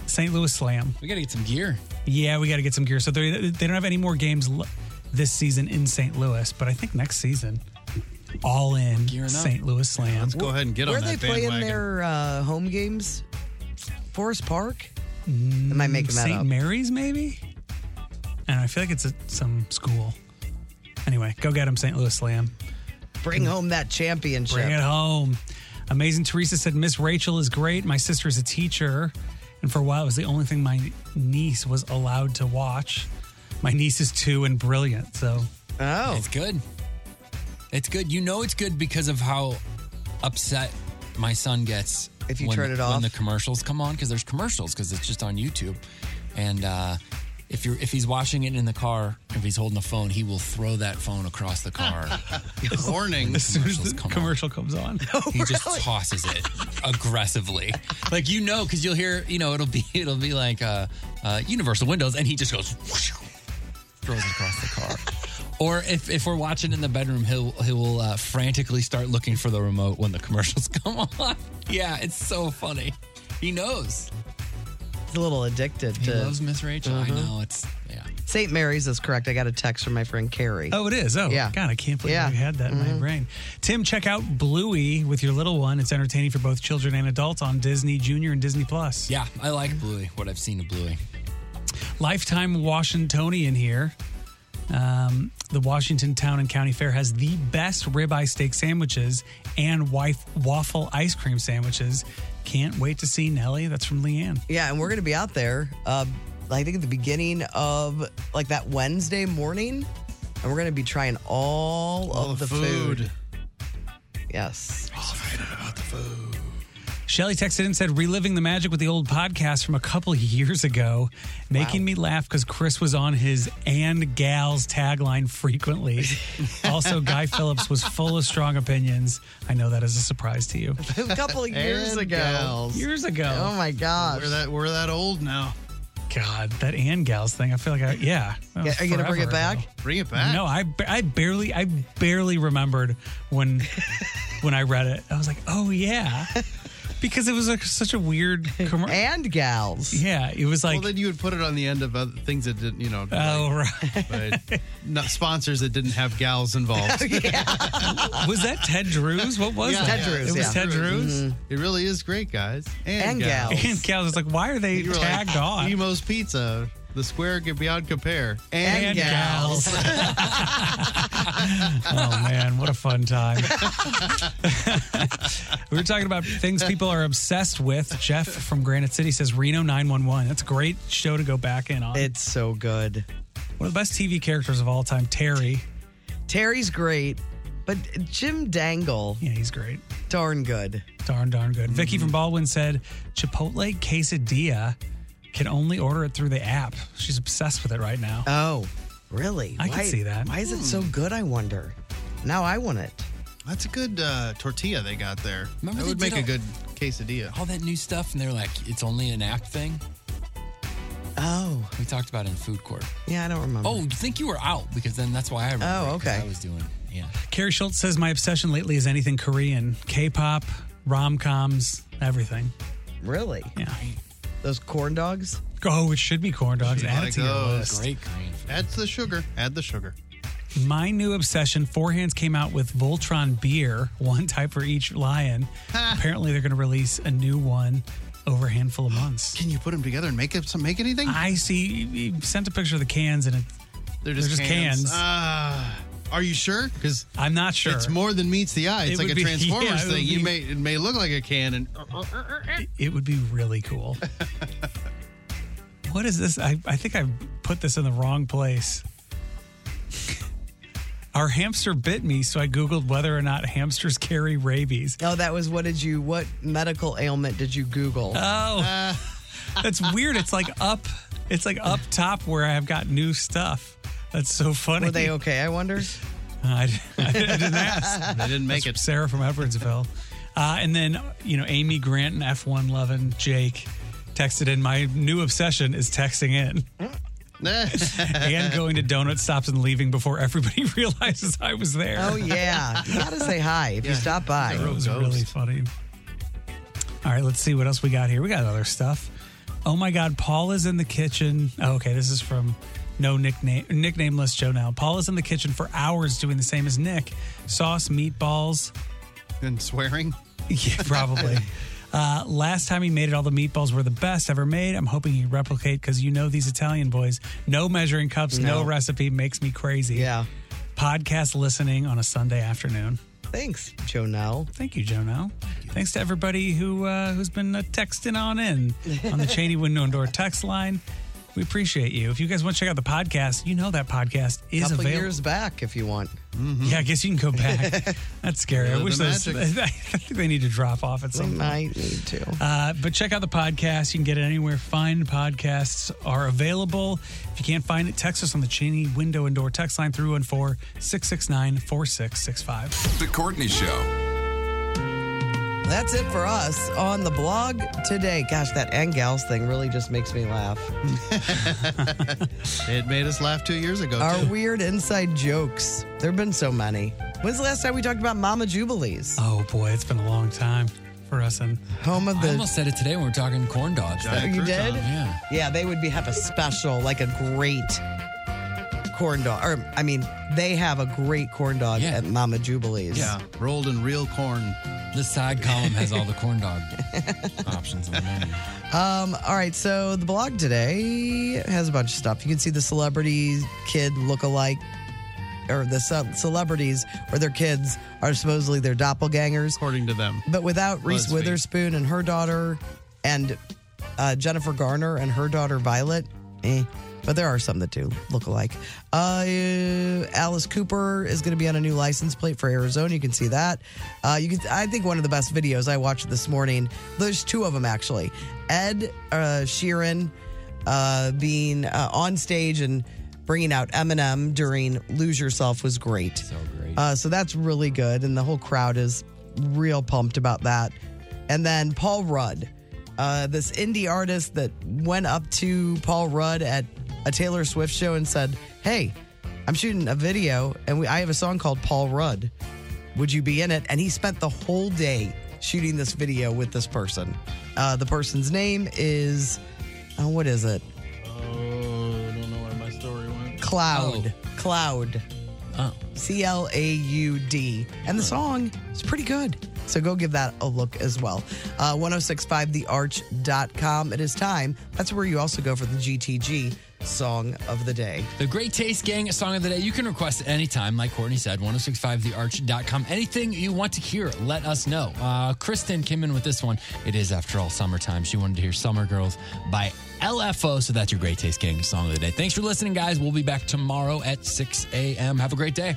St. Louis Slam.
We got to get some gear.
Yeah, we got to get some gear. So they they don't have any more games l- this season in St. Louis, but I think next season, all in
up.
St. Louis Slam.
Let's go ahead and get
Where
on
are they
that
playing
bandwagon.
their uh, home games? Forest Park? Am I making that
St.
up?
Mary's, maybe? I don't know. I feel like it's at some school. Anyway, go get them, St. Louis Slam.
Bring home that championship.
Bring it home. Amazing Teresa said, Miss Rachel is great. My sister is a teacher. And for a while, it was the only thing my niece was allowed to watch. My niece is two and brilliant. So,
oh,
it's good. It's good. You know, it's good because of how upset my son gets
If you
when,
turn it
when
off.
the commercials come on because there's commercials because it's just on YouTube. And uh, if you're if he's watching it in the car, if he's holding a phone, he will throw that phone across the car.
Warning.
As soon as the
commercial comes on,
he just tosses it aggressively. Like you know, because you'll hear, you know, it'll be it'll be like uh, uh, Universal Windows, and he just goes whoosh, throws it across the car. Or if, if we're watching in the bedroom, he'll he will uh, frantically start looking for the remote when the commercials come on. yeah, it's so funny. He knows.
He's a little addicted
He
to.
loves Miss Rachel. I
Uh-huh.
know it's yeah.
St. Mary's is correct. I got a text from my friend Carrie.
Oh, it is. Oh,
yeah.
God, I can't believe
Yeah. Mm-hmm.
you had that in my brain. Tim, check out Bluey with your little one. It's entertaining for both children and adults on Disney Junior and Disney Plus.
Yeah, I like Bluey. What I've seen of Bluey.
Lifetime Washingtonian here. Um, the Washington Town and County Fair has the best ribeye steak sandwiches and wife waffle ice cream sandwiches. Can't wait to see Nellie. That's from Leanne.
Yeah, and we're going to be out there, uh, I think at the beginning of like that Wednesday morning, and we're going to be trying all, of the, food. Yes.
Shelly texted and said, reliving the magic with the old podcast from a couple years ago, making me laugh because Chris was on his and gals tagline frequently. also, Guy Phillips was full of strong opinions. I know that is a surprise to you.
a couple of years
And
ago.
gals.
Years ago.
Oh my gosh.
We're that we're that old now.
God, that and gals thing. I feel like I, yeah. that was
Yeah, are you gonna bring it
forever
back?
ago.
Bring it back.
No, I, ba- I barely, I barely remembered when, when I read it. I was like, oh yeah, because it was like such a weird commercial.
and gals.
Yeah, it was like,
well, then you would put it on the end of other things that didn't, you know.
oh right.
right. Not sponsors that didn't have gals involved.
was that Ted Drews? What was
Yeah,
that?
yeah,
It was Ted Drews.
It really is great, guys.
And
And,
gals. And gals. It's like, why are they
You were
tagged
like,
on?
Emo's Pizza, the square get beyond compare.
And gals. oh man, what a fun time. we were talking about things people are obsessed with. Jeff from Granite City says Reno 911. That's a great show to go back in on.
It's so good.
One of the best TV characters of all time, Terry.
Terry's great, but Jim Dangle.
Yeah, he's great.
Darn good.
Darn, darn good. Vicky from Baldwin said Chipotle quesadilla can only order it through the app. She's obsessed with it right now.
Oh, really?
I can
Why-
see that.
Why is it so good? I wonder. Now I want it.
That's a good uh, tortilla they got there.
Remember
that
they
would make
did
a
all-
good quesadilla.
all that new stuff, and they're like, it's only an app thing.
Oh,
we talked about it in food court.
Yeah, I don't remember.
Oh, you think you were out because then that's why I remember.
Oh,
it, 'cause
okay.
I was doing yeah.
Carrie Schultz says my obsession lately is anything Korean, K-pop, rom-coms, everything.
Really?
Yeah.
Those corn dogs?
Oh, it should be corn dogs.
Should
Add
like
it to your
those.
list.
Great
green.
Add the sugar. Add the sugar.
My new obsession, Four Hands came out with Voltron beer, one type for each lion. Apparently, they're going to release a new one over a handful of months.
Can you put them together and make it some make anything?
I see. You sent a picture of the cans, and it,
They're just cans. Ah, are you sure? Because
I'm not sure.
It's more than meets the eye. It's
It
like
would
a
be- yeah,
Transformers
it would
thing. you
be-
may it may look like a can, and
uh. It would be really cool. what is this? I, I think I put this in the wrong place. Our hamster bit me, so I Googled whether or not hamsters carry rabies.
Oh, that was what did you, what medical ailment did you Google?
Oh,
Uh,
that's weird. It's like up, it's like up top where I've got new stuff. That's so funny.
Were they okay? I wonder.
I, I didn't ask.
They didn't make
it. Sarah from Edwardsville. Uh, and then, you know, Amy Grant and F1 loving Jake texted in. My new obsession is texting in. and going to donut stops and leaving before everybody realizes I was there.
Oh, yeah. You gotta say hi if you stop by.
It was really funny. All right, let's see what else we got here. We got other stuff. Oh my God, Paul is in the kitchen. Oh, okay, this is from no nickname nicknameless Joe now. Paul is in the kitchen for hours doing the same as Nick: sauce, meatballs,
and swearing.
Yeah, probably. Uh, last time he made it, all the meatballs were the best ever made. I'm hoping he replicate because you know these Italian boys. No measuring cups, no,
No.
recipe makes me crazy. Yeah. Podcast listening on a Sunday afternoon.
Thanks, Joe Now.
Thank you, Joe Now. Thanks to everybody who uh, who's been uh, texting on in on the Cheney Window and Door text line. We appreciate you. If you guys want to check out the podcast, you know that podcast is
Couple
available.
years back if you want.
Yeah, I guess you can go back. That's scary.
Yeah,
I wish
the
those, I
magic. Mm.
think they need to drop off at some
They
point.
might need to.
Mm-hmm. Uh, but check out the podcast. You can get it anywhere fine podcasts are available. If you can't find it, text us on the Cheney Window and Door text line 314 669 4665.
The Courtney Show.
That's it for us on the blog today. Gosh, that and gals thing really just makes me laugh.
it made us laugh two years ago.
Our
too.
weird inside jokes. There have been so many. When's the last time we talked about Mama Jubilees?
Oh boy, it's been a long time for us and
home of
I almost said it today when we were talking corn dogs.
you did?
Yeah.
Yeah, they would be have a special, like a great corn dog. Or I mean, they have a great corn dog at Mama Jubilees.
Yeah, rolled in real corn.
The side column has all the corn dog options on the menu.
Um, all right, so the blog today has a bunch of stuff. You can see the celebrity kid look-alike, or the ce- celebrities or their kids are supposedly their doppelgangers,
according to them.
But without Reese
BuzzFeed.
Witherspoon and her daughter, and uh, Jennifer Garner and her daughter Violet, eh. But there are some that do look alike. Uh, Alice Cooper is going to be on a new license plate for Arizona. You can see that. Uh, you can. I think one of the best videos I watched this morning. There's two of them actually. Ed uh, Sheeran uh, being uh, on stage and bringing out Eminem during "Lose Yourself" was great. So great. Uh, so that's really good, and the whole crowd is real pumped about that. And then Paul Rudd uh, this indie artist that went up to Paul Rudd at a Taylor Swift show and said, "Hey, I'm shooting a video, and we, I have a song called Paul Rudd. Would you be in it?" And he spent the whole day shooting this video with this person. Uh, the person's name is, oh, what is it?
Oh, don't know where my story went. Oh.
Cloud. Cloud. C L A U D. And the song is pretty good. So go give that a look as well. Uh, 1065thearch.com. It is time. That's where you also go for the GTG song of the day.
The Great Taste Gang song of the day. You can request at any time, like Courtney said, 1065thearch.com. Anything you want to hear, let us know. Uh, Kristen came in with this one. It is, after all, summertime. She wanted to hear Summer Girls by LFO. So that's your Great Taste Gang song of the day. Thanks for listening, guys. We'll be back tomorrow at 6 a.m. Have a great day.